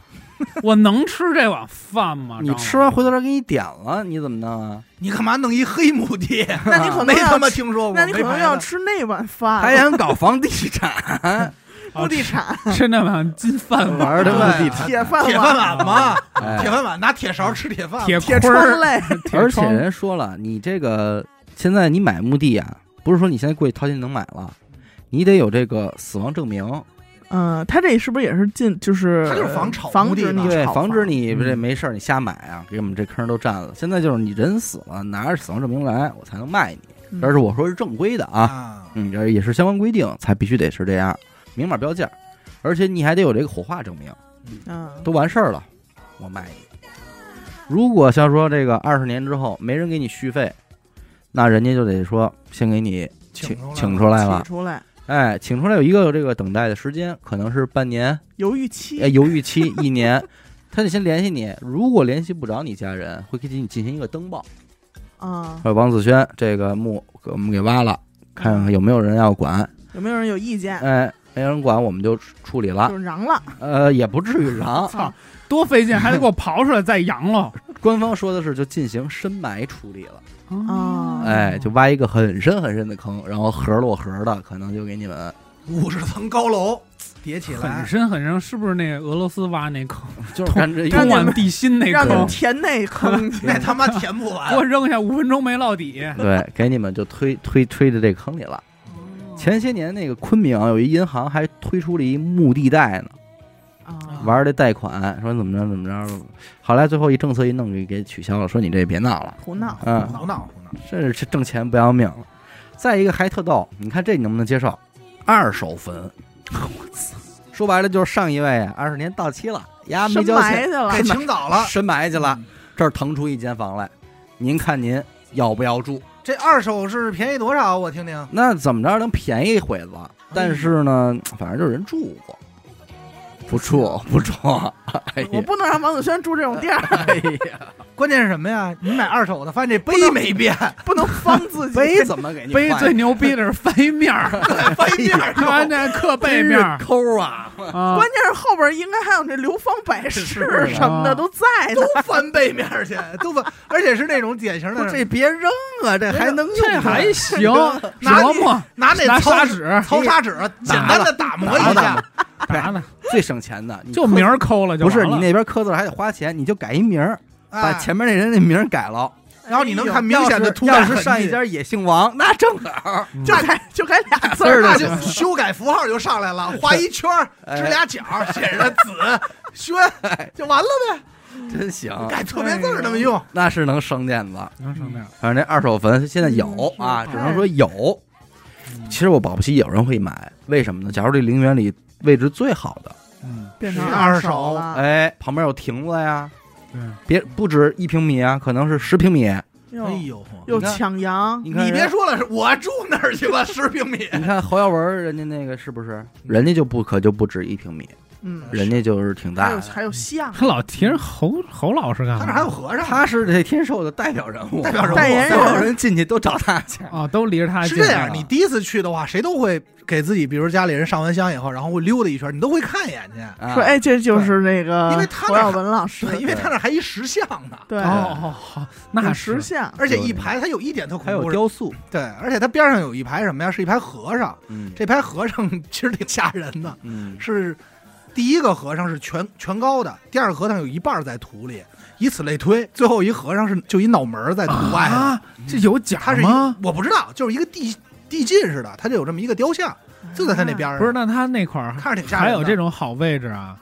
我能吃这碗饭吗？
你
张老师
吃完回头人给你点了，你怎么弄啊？
你干嘛弄一黑墓地？
啊那你可
没
能
他
要
妈
吃，
听说过，
那你可
没
能
牌
要
子
吃那碗饭，
还想搞房地 产，
哦
不地产
啊吃那碗金饭碗，
玩的
对
目的
啊
铁饭
铁
碗
饭碗嘛，
哎
铁饭碗拿铁勺吃铁饭碗，
铁
铁
盔
窗
儿，
类，
铁
而且
窗
人说了，你这个现在你买墓地啊，不是说你现在过去掏钱能买了，你得有这个死亡证明，
嗯，他这是不是也是进就是
它就是防炒
防
目的
止
吧
你
对，
炒
防止
房
你这
嗯
没事儿你瞎买啊，给我们这坑都占了。现在就是你人死了，拿着死亡证明来，我才能卖你。
嗯
但是我说是正规的啊，
啊，
嗯，这也是相关规定，才必须得是这样，明码标价，而且你还得有这个火化证明。
嗯
都完事儿了，我卖你。如果像说这个二十年之后没人给你续费，那人家就得说先给你请请
出
出
来
来
起
了，
出来，
哎，请出来有一个这个等待的时间，可能是半年，
犹豫
哎，
期，
犹豫期一年，他得先联系你，如果联系不着你家人，会给你进行一个登报，
啊，
说王子轩这个墓给我们给挖了，看看有啊没有人要管，
有没有人
嗯
有意见？
哎，没人管我们就处理了，
就是嚷了，啊
呃，也不至于嚷，
操，
多费劲，还得给我刨出来再扬了。
官方说的是就进行深埋处理了，
哦
哎，
嗯
就挖一个很深很深的坑，然后核摞核的，可能就给你们
五十层高楼叠起
很
来，
深很哎深，是不是那俄罗斯挖那坑，
就是干这一
通
让你
往
们
地心那
让你
坑
们？填那坑去。
那他妈填不完
给。我扔下，五分钟没落底。
对，给你们就推推推到这坑里了。
哦
前些年那个昆明有一银行还推出了一墓地贷呢，
啊
玩儿这贷款，说怎么着怎么着，后来最后一政策一弄给给取消了，说你这别闹了，
胡闹，
嗯
胡闹胡闹，
这是挣钱不要命了。再一个还特逗，你看这你能不能接受？二手坟， 我操！说白了就是上一位啊二十年到期了，呀没
深
交
埋
钱，
去了
给，青岛了。
深埋去了，嗯这儿腾出一间房来，您看您要不要住？
这二手是便宜多少？啊我听听。
那怎么着能便宜一回子？但是呢，反正就是人住过，不住不住， 哎
我
呀，
不能让王子轩住这种地儿，
哎呀，
关键是什么呀？你买二手的，发现这杯没变，
不能方自己。
杯怎么给你
杯
换
最牛逼的是翻面儿，
杯面儿
看完那刻背
真
面
是
儿
抠啊，
啊
关，键是后边应该还有那流芳百世
是
什么
啊
的都在呢
都。翻背面儿去，都翻，而且是那种典型
不
的，
这别扔啊，这还能用啊，
这还 行，
拿
琢 磨
拿那
拿
糙
砂纸
糙砂纸简单的打磨一
打
下，
啥呢？
最省钱的，你
就
刻
名儿抠了就
不
完了
是你那边刻字还得花钱，你就改一名儿，把
哎
前面那人那名儿改了。
然后你能看
哎
明显的
要是
涂改
要是
痕迹
上一家也姓王，那正好。
呦就改就改俩字
字
儿
儿的
那就 修改符号就上来了，画一圈儿，支俩角，写着子轩，就完了呗，
真 行，
改错别字儿那么用。
那是能省点子。
能省点儿。
反正这二手坟现在有啊，
嗯
只能说有。其实我保不齐有人会买，为什么呢？假如这陵园里位置最好的，
嗯，
变
成
成
二手
手了。
哎，旁边有亭子呀，
对，
别不止一平米啊，可能是十平米。
哎
哟，
呦，
又
你看
抢羊，
你看人，
你别说了，是我住那儿去吧，十平米，
你看侯耀文人家那个是不是？人家就不可就不止一平米，
嗯，
人家就是挺
还
大
有
的。
还有象，
他老提人侯侯老师干
他那还有
嘛？
和尚，
他是这天寿的 代表人物，
代表人物
代言人
所有人进去都找他去。
哦，都离着他
是
近。哦
这样，你第一次去的话，谁都会给自己，比如家里人上完香以后，然后会溜达一圈，你都会看一眼去。
啊
说，哎，这就是那个
因为他
侯
那哎
耀文老师，
对，因为他那还一石像呢，
对，
哦哦好，那
有哎
是
石像，
而且一排它有一点特
还
恐
有
怖，
雕塑，
对，而且它边上有一排什么呀？是一排和尚，
嗯
这排和尚 其实挺吓人的，
嗯，
是第一个和尚是全全高的，第二个和尚有一半在土里，以此类推，最后一和尚是就一脑门儿在土外头，
啊，这有假
他是一
吗？
我不知道，就是一个地地进似的，他就有这么一个雕像，就在他那边儿上，
不是，那他那块儿
看着挺吓
还
人的。
有这种好位置啊？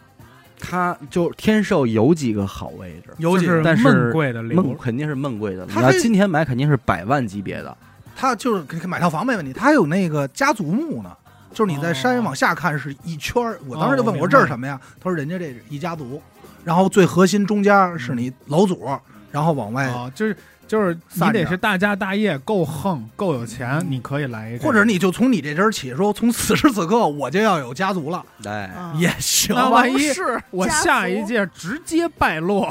他就天寿有几个好位置，
有几
就是
个，
但是
闷贵的流
梦，肯定是梦贵的，你
他
要
这
今天买肯定是百万级别的，
他就是给买套房没问题，他还有那个家族墓呢，就是你在山
哦
往下看是一圈儿。我当时就
哦
问
我明白
我说这是什么呀？他说人家这是一家族，然后最核心中间是你老祖，然后往外，
哦，就是就是你
散
得
着
是大家大业，够横，够有钱，你可以来一个。
或者你就从你这阵儿起说，从此时此刻我就要有家族了
嗯
哎，
也行。
那万一
是
我下一届直接败落，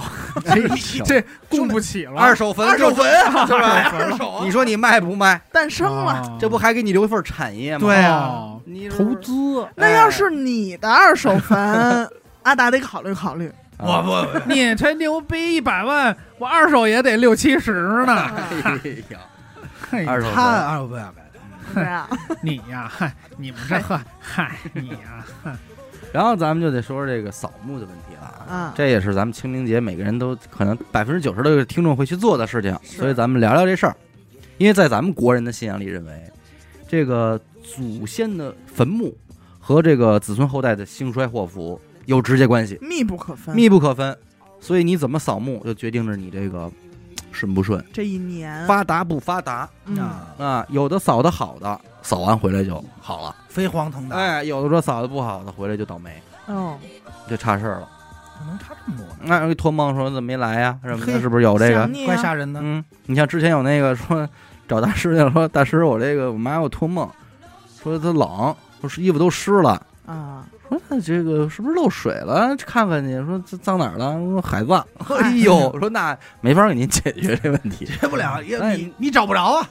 哎
这供不起了。哦
二手坟
二手
就，
坟啊是吧？二手
啊你说你卖不卖？
诞生了。
哦
这不还给你留一份产业吗？啊
对啊
哦
你
投资，
那要是你的二手坟，阿达得考虑考虑。
我
我，
不
你吹牛逼一百万，我二手也得六七十 呢。
啊
哎呀，
哎
嘿
二手
他
坟，
二手坟。
对啊，
你呀，嗨，你们这呵，嗨，你呀，
然后咱们就得说说这个扫墓的问题了啊
啊，
这也是咱们清明节每个人都可能百分之九十的听众会去做的事情，所以咱们聊聊这事儿，因为在咱们国人的信仰里认为，这个祖先的坟墓和这个子孙后代的兴衰祸福有直接关系。
密不可分。
密不可分，所以你怎么扫墓就决定着你这个顺不顺、
这一年，
发达不发达
嗯，
啊，
啊。有的扫的好的，扫完回来就好了，
飞黄腾达，
嗯哎，有的说扫的不好的，回来就倒霉，
哦，
就差事儿了。
能差这么多呢，
那有一托梦说怎么没来呀、什么的，
嘿
是不是有哦这个
想？你
怪
啊
吓人的。
嗯，你像之前有那个说找大师去了说大师我这个我妈我托梦，说她冷，说是衣服都湿了。
啊，
说那这个是不是漏水了？看看去。说这葬哪儿了？说海 葬。哎呦，说那没法给您解决这问题。
学不了，也
哎
你你找不着啊。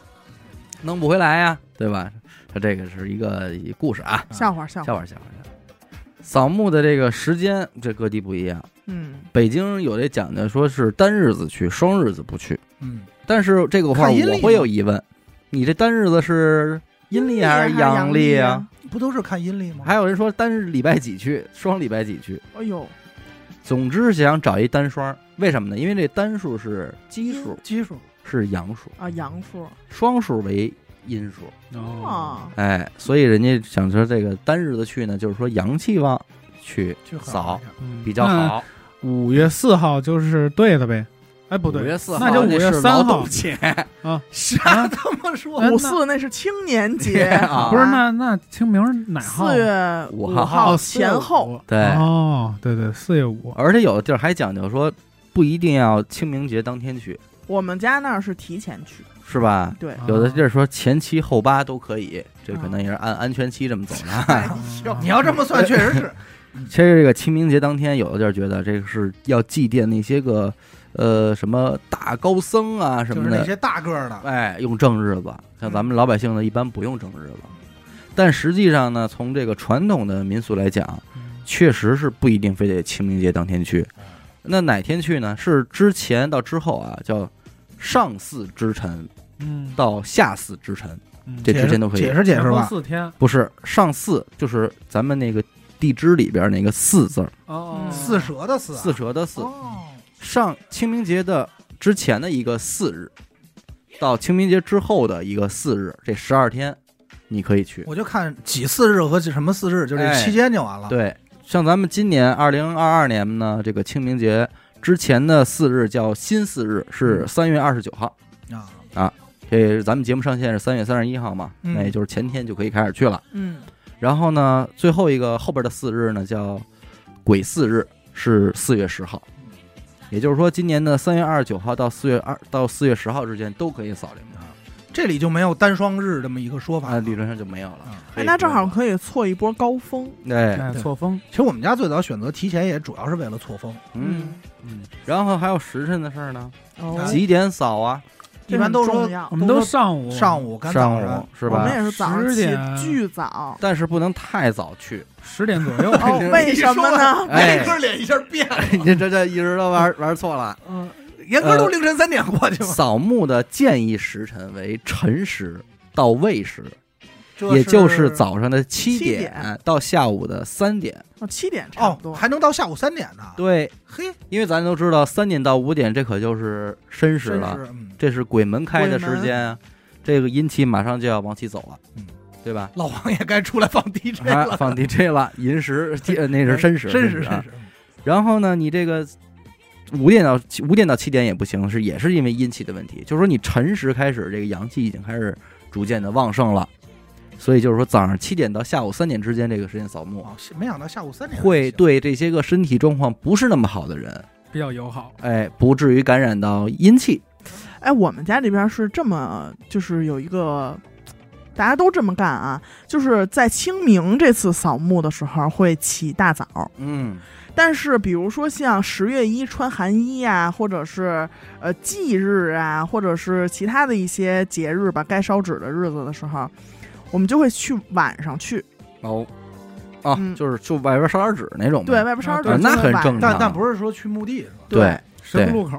弄不回来呀，对吧？他这个是一个故事啊，
笑话笑话，
笑话笑话。扫墓的这个时间，这各地不一样。
嗯，
北京有这讲究，说是单日子去，双日子不去。
嗯，
但是这个话
看阴历
我会有疑问，你这单日子是阴历还是阳历啊？？
不都是看阴历吗？
还有人说单日礼拜几去，双礼拜几去。
哎呦，
总之想找一单双，为什么呢？因为这单数是奇数，
基数
是阳数，
啊，阳数
双数为阴数。
哦
啊，
哎，所以人家想说这个单日子去呢，就是说阳气旺去
去衡
扫
量一下
嗯
比较。好。
那五月四号就是对的呗？哎，不对，
五月四号
那就五
那
月
是劳
三
动
号
节
啥他妈说
哎
五四那是青年节
啊
不是？那那清明是哪号？
四月
五
号
号
哦四月
前后，
五
对
哦，对对，四月五。
而且有的地儿还讲究说，不一定要清明节当天去，
我们家那儿是提前去，
是吧？
啊
对，
有的地儿说前七后八都可以，这可能也是按安全期这么走
哎
的。
啊
你要这么算，
哎
确实是。
其实这个清明节当天，有的地儿觉得这个是要祭奠那些个呃什么大高僧啊 什
就
么
是那
的，
些大个儿的，
哎，用正日子。像咱们老百姓呢，一般不用正日子。但实际上呢，从这个传统的民俗来讲，
啊
确实是不一定非得清明节当天去。
嗯
那哪天去呢？是之前到之后啊，叫上巳之辰
嗯，
到下巳之辰，
嗯
这之间都可以
解释解释
前后
吧。
四天哦
不是上巳，就是咱们那个地支里边那个“巳”字儿，
哦，
嗯
四蛇的四啊，
四蛇的“巳
哦，”。
上清明节的之前的一个巳日，到清明节之后的一个巳日，这十二天你可以去。
我就看几四日和什么四日，就这
哎
期间就完了。，
对，像咱们今年二零二二年呢，这个清明节之前的巳日叫新巳日，
嗯
是三月二十九号。
啊，
这咱们节目上线是三月三十一号嘛，
嗯
那也就是前天就可以开始去了。
嗯，
然后呢，最后一个后边的四日呢叫癸巳日，是四月十号，也就是说今年的三月二十九号到四月二到四月十号之间都可以扫灵堂，
这里就没有单双日这么一个说法
啊，。理论上就没有了
嗯。
可
哎，
以
那正好
不用
可以错一波高峰，
了哎，
哎
对
错峰，
其实我们家最早选择提前也主要是为了错峰，
嗯，，然后还有时辰的事儿呢，
哦，
哎
几点扫啊？
一般都
这很
说
重要
我，们都上午
上午赶早
哦上
啊上
午，啊是
我们
吧？，
也是早上
10
起
点
巨 早。
但是不能太早去，
十点左右
哦，为什么呢？
哎
严哥脸一下变了，
你这这一直都玩玩错了。
嗯，
严哥都凌晨三点过去了，
扫墓的建议时辰为辰时到未时，
这
呃也就是早上的七
7
点啊
点
到下午的三点。
哦，七点差
哦
不，多，
还能到下午三点呢。
对，
嘿，
因为咱都知道三点到五点这可就是申时
真
了，
是，嗯，
这是鬼门开的时
鬼
间啊，这个阴气马上就要往起走了，
嗯
对吧？
老王也该出来放 DJ
啊，
了，
放 DJ 了，寅时，呃那是申时，
真
时
是真
啊。
是，
然后呢，你这个五点到七五点到七点也不行，是也是因为阴气的问题，就是说你辰时开始，这个阳气已经开始逐渐的旺盛了，所以就是说早上七点到下午三点之间这个时间扫墓，
哦，没想到下午三点
会对这些个身体状况不是那么好的人，
比较友好，
哎，不至于感染到阴气。
哎，我们家这边是这么，就是有一个，大家都这么干啊，就是在清明这次扫墓的时候会起大早，
嗯，
但是比如说像十月一穿寒衣啊，或者是呃忌日啊，或者是其他的一些节日吧，该烧纸的日子的时候，我们就会去晚上去，
哦，啊，
嗯
就是就外边烧点纸那种嘛。
对外边烧
啊
纸
对
就
嗯那
会
很
晚
正常
但但不是说去墓地是吧？
对，
十字路口。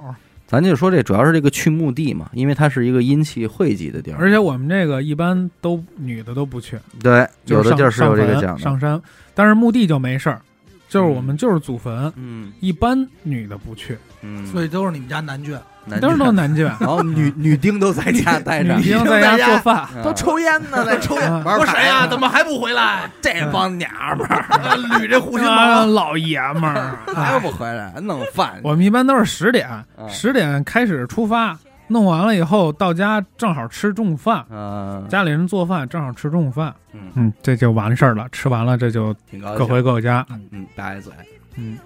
咱就说这主要是这个去墓地嘛，因为它是一个阴气汇集的地儿，
而且我们这个一般都女的都不去，
对
就
有的
上
地儿是有这个
上坟
讲的。
上山，但是墓地就没事儿，就是我们就是祖坟，
嗯
一般女的不去，
嗯，
所以都是你们家男眷，
男哎
都是都
丁
男眷，
然后哦女女丁都在家待着
女，丁在家 做饭，
啊
都抽烟 呢，在抽
烟
玩
说谁
牌
呀？怎么还不回来？
这帮娘
嗯
们儿
捋这胡须
啊，
毛，
老爷们儿。
还
哎
不回来，弄饭
我们一般都是十点，
嗯
十点开始出发，弄完了以后到家正好吃中午饭，
嗯
家里人做饭正好吃中午饭，
嗯，
嗯，这就完事儿了。吃完了这就
挺高
各
兴，
回各家，
嗯，大爷嘴。
嗯，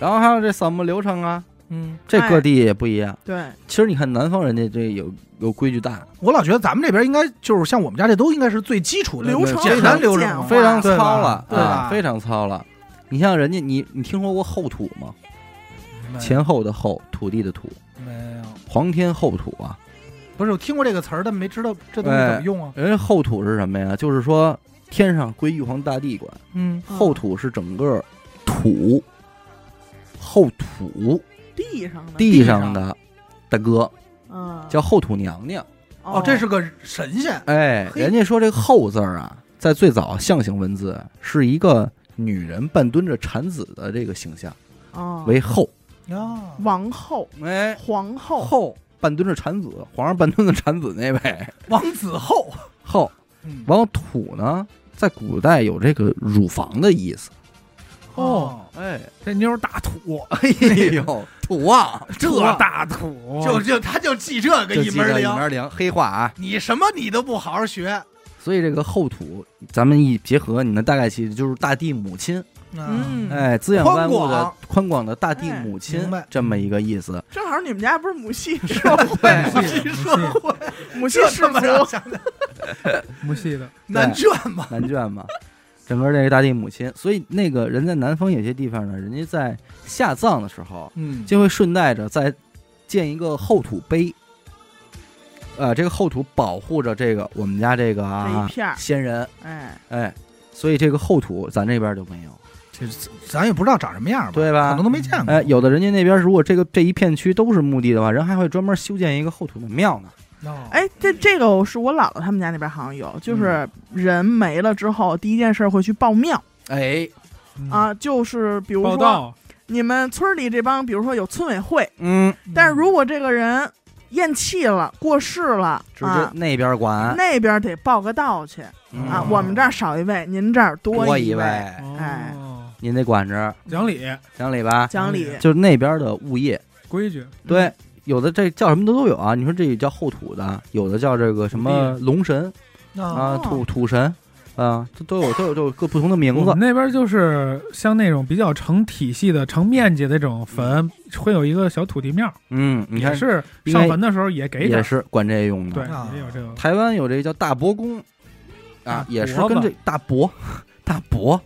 然后还有这扫墓流程啊，
嗯，
这
哎
各地也不一样。
对，嗯
其实你看南方人家这有有规矩大，
我老觉得咱们这边应该就是像我们家这都应该是最基础的
流程
简单流程，啊
非常
对吧
糙了，
对吧
啊非常糙了。你像人家，你你听说过后土吗？
没
前后的后，土地的土，
没有，
皇天后土啊。哎
不是我听过这个词儿，但没知道这东西怎么用啊。
人家后土是什么呀？就是说天上归玉皇大帝管，
嗯，
后土是整个土，后土
地上的
地上的大哥
嗯，
叫后土娘娘。
哦，这是个神仙，
哎，
嘿
人家说这个“后”字儿啊，在最早象形文字是一个女人半蹲着产子的这个形象
哦
为后，
啊，
王后、
哎，
皇后，
后半蹲着产子，皇上半蹲着产子那位
王子后，
后。
嗯
然后土呢，在古代有这个乳房的意思。
哦，
哎，
这妞儿大土，
哎呦，土啊，
这
哇
大土，
哦就就他就记这个
这
一
记
门
着
儿
一
灵
门，儿灵，黑话啊。
你什么你都不好好学，啊
所以这个后土，咱们一结合，你能大概其就是大地母亲，
嗯，
嗯，
哎，滋养万物
宽
的
广
宽广的大地母
哎
亲
明白，
这么一个意思。
正好你们家不是母系社会，
对
母系社会，
母系
这
氏
他妈让
族，
想的
母系的，
难卷嘛，
南卷嘛，整个这个大地母亲。所以那个人在南方有些地方呢，人家在下葬的时候，
嗯
就会顺带着再建一个后土碑。呃，这个后土保护着这个我们家这个
这
啊
一片儿
先人，
哎，
哎，所以这个后土咱这边就没有，
咱也不知道长什么样吧，
对
可
吧
能？都没见过，
哎，有的人家那边如果这个这一片区都是墓地的话，人还会专门修建一个后土的庙呢。
哦，
哎，这这个是我姥姥他们家那边好像有，
嗯
就是人没了之后，第一件事儿会去报庙
哎，
啊，就是比如
嗯报
说
道，
你们村儿里这帮，比如说有村委会，
嗯，
但是如果这个人咽气了、过世了
直接
啊，
那边管
那边得报个到去啊
啊，
我们这儿少一位，您这儿
多
一位，
位，
哎
哦，
您得管着，
讲理
讲理吧？
讲理
就是那边的物业，
规矩，
嗯
对，有的这叫什么都都有啊。你说这也叫后土的，有的叫这个什么龙神
啊，
啊、
哦
土土神啊，这都有都有都有各不同的名
我
字
们。那边就是像那种比较成体系的、成面积的这种坟，会有一个小土地庙，
嗯，你
也
看
是
应
上
该
坟的时候也给点
也
儿，
是管这用的。
啊
对，也有这个
台湾有这个叫大伯公
大
啊，也是
伯
跟
吧
这大伯、 大伯、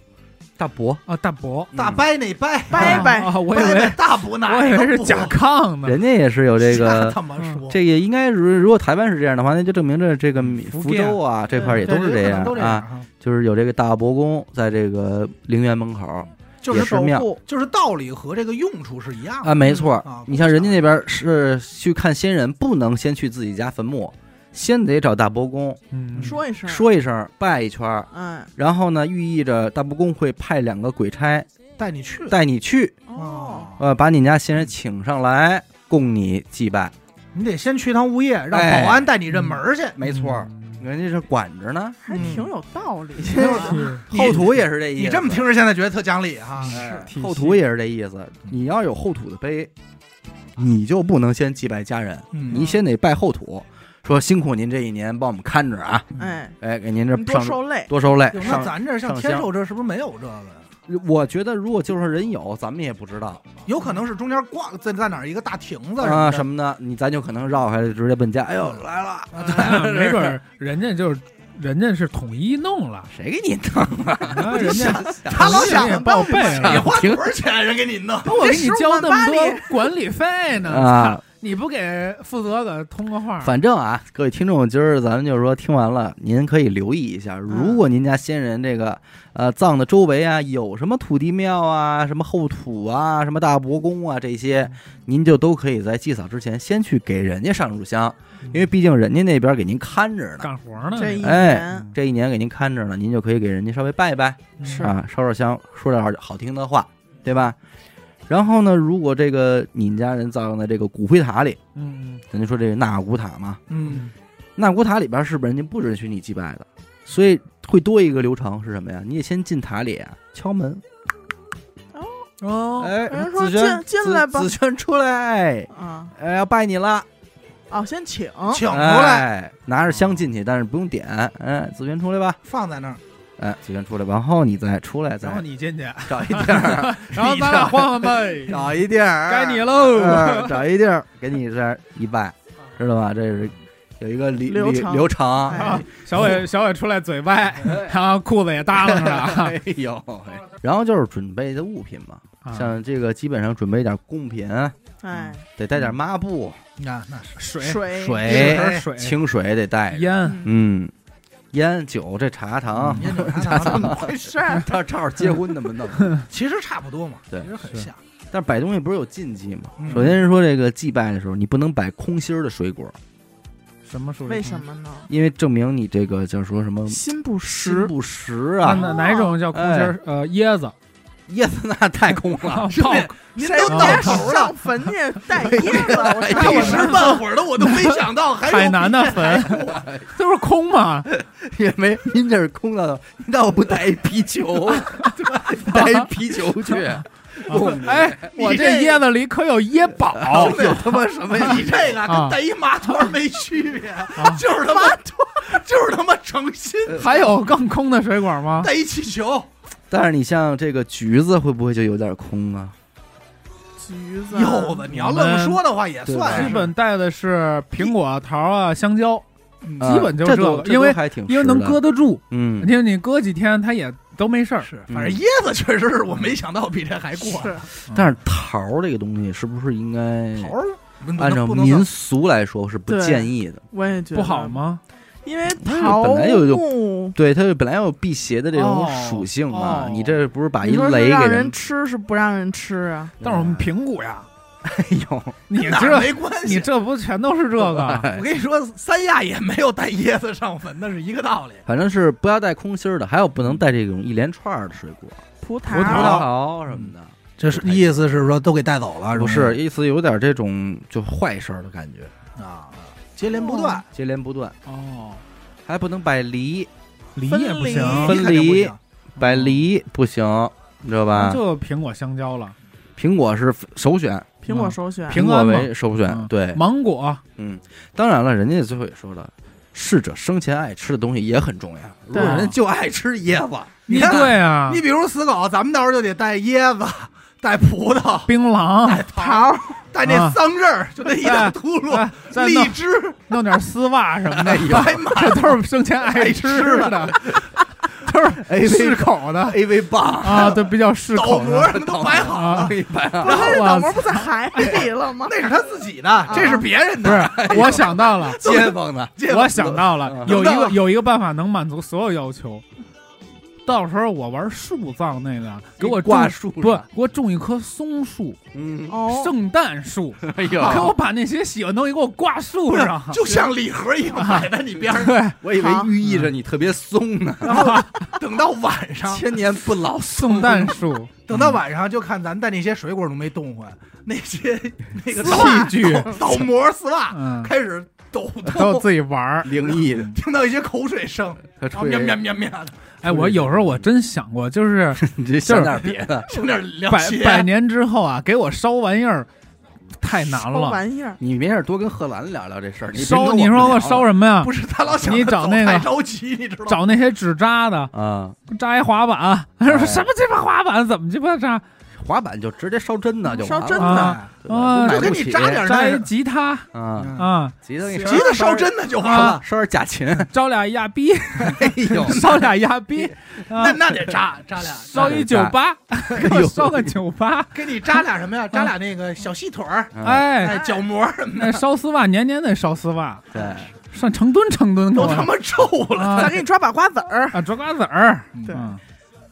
大伯、
啊大伯，
大
嗯，
伯那伯，
拜拜
啊，我以
伯那
为
大伯哪
我
个
以为是
伯
甲亢呢，
人家也是有这
瞎
个。嗯
他妈说，
这也应该，如如果台湾是这样的话，那就证明着这个
福
福
建
州啊这块儿也
对
都是
有可
这
能
样
都这
啊，
样，
就是有这个大伯公在这个陵园门口儿
就
也
是
是
守
庙
护，
就是道理和这个用处是一样的
啊，没错儿，
啊
你像人家那边是去看先人，不能先去自己家坟墓，先得找大伯公
嗯，
说一声，，
说一声，拜一圈儿，
嗯，
然后呢，寓意着大伯公会派两个鬼差
带你去
带你去，
哦，
呃，把你家先人请上来，供你祭拜。
你得先去一趟物业，让保
哎
安带你认门儿去。
没错儿，
嗯
人家是管着呢。
还挺有道理
嗯
的，
是
你
后土也是这意思，
你这么听着，现在觉得特讲理哈。
哎，
体系
后土也是这意思。
嗯
你要有后土的碑，你就不能先祭拜家人，
嗯
你先得拜后土，说辛苦您这一年帮我们看着啊，
嗯
哎，
哎，给您这
您多
上
受累，
多收累
有，那
上
咱这像
上
天
香
寿这是不是没有这个呀？
我觉得如果就是人有，咱们也不知道
有可能是中间挂在在哪儿一个大亭子
啊什
么
么的，你咱就可能绕开直接奔家。哎呦来了，，
的。
哎
啊
呀没准儿人家就是人家是统一弄了
谁给你弄啊？
啊人家
他老想着
报备
对你
了。
花多少钱人给你弄？
我给你交那么
这15万
多管理费呢，
啊
操你不给负责个通个话，
反正啊，各位听众，今儿咱们就是说听完了，您可以留意一下，如果您家先人这个呃葬的周围啊有什么土地庙啊、什么后土啊、什么大伯公啊这些，您就都可以在祭扫之前先去给人家上炷香，因为毕竟人家那边给您看着呢，
干活呢，
这一
哎
年
这一年给您看着呢，您就可以给人家稍微拜一拜。
嗯
是
啊，烧烧香，说点好好听的话，对吧？然后呢，如果这个你们家人葬在这个骨灰塔里，
嗯，
咱就说这个纳古塔嘛，
嗯，
纳古塔里边是不是人家不允许你祭拜的？所以会多一个流程是什么呀？你得先进塔里啊，敲门，
哦，
哎，
人说
子轩
进进
子
来吧
子轩出来，
啊，
哎，要拜你了，
哦，先请，
请出来，
哎，拿着香进去，但是不用点，哎，子轩出来吧，
放在那儿。
哎，子轩出来，然后你再出来，
然后
再
你进去，
找一地儿，
然后咱俩换换 呗，
找一地儿，
该你喽，
哎找一地儿给你这儿一拜，知道吧？这是有一个流
啊流
流
程
流程。
哎
小伟小伟出来嘴歪，然后裤子也耷拉着
哎呦喂，然后就是准备的物品嘛，
啊，
像这个基本上准备点贡品，
哎，
得带点抹布、
那那是
水、
水
水
一、盆水、
清水得带着，
烟，
嗯
嗯，烟酒这茶糖，
嗯
烟酒茶糖这么快
没事儿，
他照着结婚那么 弄。
其实差不多嘛，
嗯对
其实很
是
像。
但是摆东西不是有禁忌吗？
嗯
首先是说这个祭拜的时候，你不能摆空心儿的水果，
什么属于
为什？么呢？
因为证明你这个叫说什么
心不
心
实，
不实
那
啊，哎
哪哪种叫空心儿？呃，椰子，
椰子那太空 了。
兄
炮
弟，您
谁
都
到
到
家
头了
上，坟去带椰子，我
哎
那
操
我
呀
我
时
是
半会儿的我都没想到，还有
海南的坟， 都是空嘛？
也没，您这是空的，您倒不带一皮球， 带一皮球去，我
哎，我这椰子里可有椰宝，
有他妈什么呀？
你这个
啊
跟带一麻团没区别，
啊
就是他妈就是他妈诚心
还有更空的水果
啊
吗？
带一气球，
但是你像这个橘子会不会就有点空啊？
橘 子，啊
柚子，你要愣着说的话也
对
算
吧
是
基本带的是苹果、桃啊、香蕉，
嗯
啊
基本就
这
这
都
个
这
因为
都还挺
因为能
实的
搁，得住，
嗯，
因为你搁几天它也都没事儿。
是，反正椰子确实是我没想到比这还过。
是
嗯但是桃儿这个东西是不是应该
头儿不能
按照
不能
民俗来说是不
对
建议的？
我也觉
不
得
好？吗？
因为
它
桃
本来有就
木，
对，它本来有辟邪的这种
哦
属性嘛，
哦
你这不是把一
你说是
雷给
让 人吃是不让人吃啊？
但是我们苹果呀，
哎呦，
你
哪儿
这
没关
你
系。
这不全都是这个？
我跟你说，三亚也没有带椰子上坟的，是一个道理。
反正是不要带空心儿的，还有不能带这种一连串儿的水果，
葡萄，
葡萄嗯什么的。
这是意思是说都给带走了
嗯
不是，意思有点这种就坏事儿的感觉，
啊，接连不断，
接连不断，
哦，
还不能摆梨，
梨
分
也不
离
行，
分
你看这不
离
行
摆梨不行，你知道吧？
就苹果、香蕉了，苹
苹果是首选，
苹果首选，
苹
苹
平
果
安嘛
为首选
嗯，
对，
芒果，
嗯，当然了，人家最后也说了，逝者生前爱吃的东西也很重要，如果
对
啊
人家就爱吃椰子，
啊你
你看
对啊，
你比如死狗，咱们到时候就得带椰子、带葡萄、
槟榔，
带桃、
桃儿，
带那桑葚儿，就那一大秃噜
哎、再
荔
弄哎
枝，
弄点丝袜什 么的，
白马
这都是生前爱吃的，都是适口的
A V 棒，
啊，对，比较适
倒
口
模
的
什么都摆好，
啊。
一般啊
不是那
哇
脑膜不在海里了吗？
那是他自己的，
啊
这是别人
不
的。
是，我想到了，
街坊的，
这
我想到了，
嗯
有一
想到
个
了
有一个办法能满足所有要求。到时候我玩树葬那个， 给我种
挂树
不，给
上，
我种一棵松树、
嗯，
哦，
圣诞树，
哎
给
呦，
我把那些喜欢的东西给我挂树上。
就像礼盒一样摆在你边上，
啊对，
我以为寓意着你特别松呢，
然后等到晚
嗯
上，
千年不 老松
圣诞树，
等到晚上就看咱带那些水果都没冻坏，那 些那个
器
倒
具
倒模丝袜
嗯，
开始抖
都
动，
自己 玩儿。
灵异的，
听到一些口水声，
他
然后喵
吹，
喵喵喵的，
哎，我有时候我真想过，就是
你这想点别的，
整点凉
百
鞋。
百年之后啊，给我烧玩意儿太难
什么
了。
玩意儿，
你没事多跟贺兰聊聊这事儿，
烧，你说我烧
什
什么呀
不？是他老想
你
着
找
走
那个
太着急，你知道吗？
找那些纸扎的，
么啊？
扎一滑板，
哎
说什么鸡巴滑板，怎么鸡巴扎？
滑板就直接烧真的就
烧
的
真
的，
哎
对吧都
啊
买
就给
不
你
起
扎点儿
扎
那
一
个，
吉他
啊，
嗯
啊，
急得给你
急得烧真的就完
啊
了，
烧点假 琴，
招俩亚逼，
哎呦，
烧俩亚逼，啊
那，那得扎扎俩，
烧一酒吧，给我烧个酒吧，
给你扎俩什么呀？扎俩那个小细腿儿，
嗯
哎，
哎，脚膜什么
那烧丝袜年年得烧丝袜，
嗯对，
上成吨成吨
的
的
都他妈皱了。
啊
咱给你抓把瓜子儿，
啊，抓瓜子儿，
对
嗯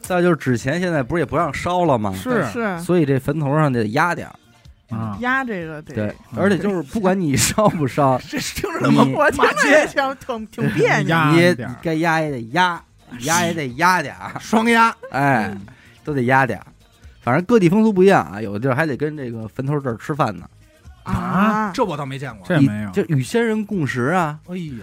再就是纸钱现在不是也不让烧了吗？
是
啊
是
所以这坟头上得压点儿，
啊，
压这个得，
对，而且就是不管你烧不 烧，
这听着他妈
你
我
我
听着也挺挺挺别扭，
压
你也
一点儿
该压也得压，压也得压点儿，
双压，
嗯
哎，都得压点儿。反正各地风俗不一样啊，有的地儿还得跟这个坟头这儿吃饭呢，
啊，
这我倒没见过。
这
你
没有，
就与先人共食啊，
哎呦，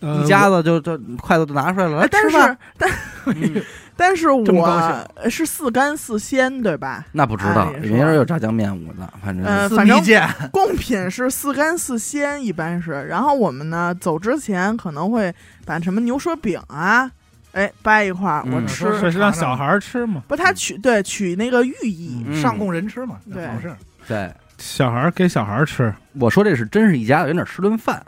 呃
一家子就这筷子都拿出来了，来
哎但
吃饭。
是但
嗯
但是
这么高兴
我呃是四干四鲜对吧？
那不知道，
哎是吧
人家有炸酱面我的，反正
呃
私
反
密
正
见，
贡品是四干四鲜，一般是。然后我们呢，走之前可能会把什么牛舌饼啊，哎，掰一块儿，
嗯
我
嗯
吃。
说是让小孩儿吃嘛，
不，他取对取那个寓意，
嗯
上供人吃嘛，
对
好事儿。
对。
小孩儿给小孩儿吃，
我说这是真是一家子跟那儿吃顿饭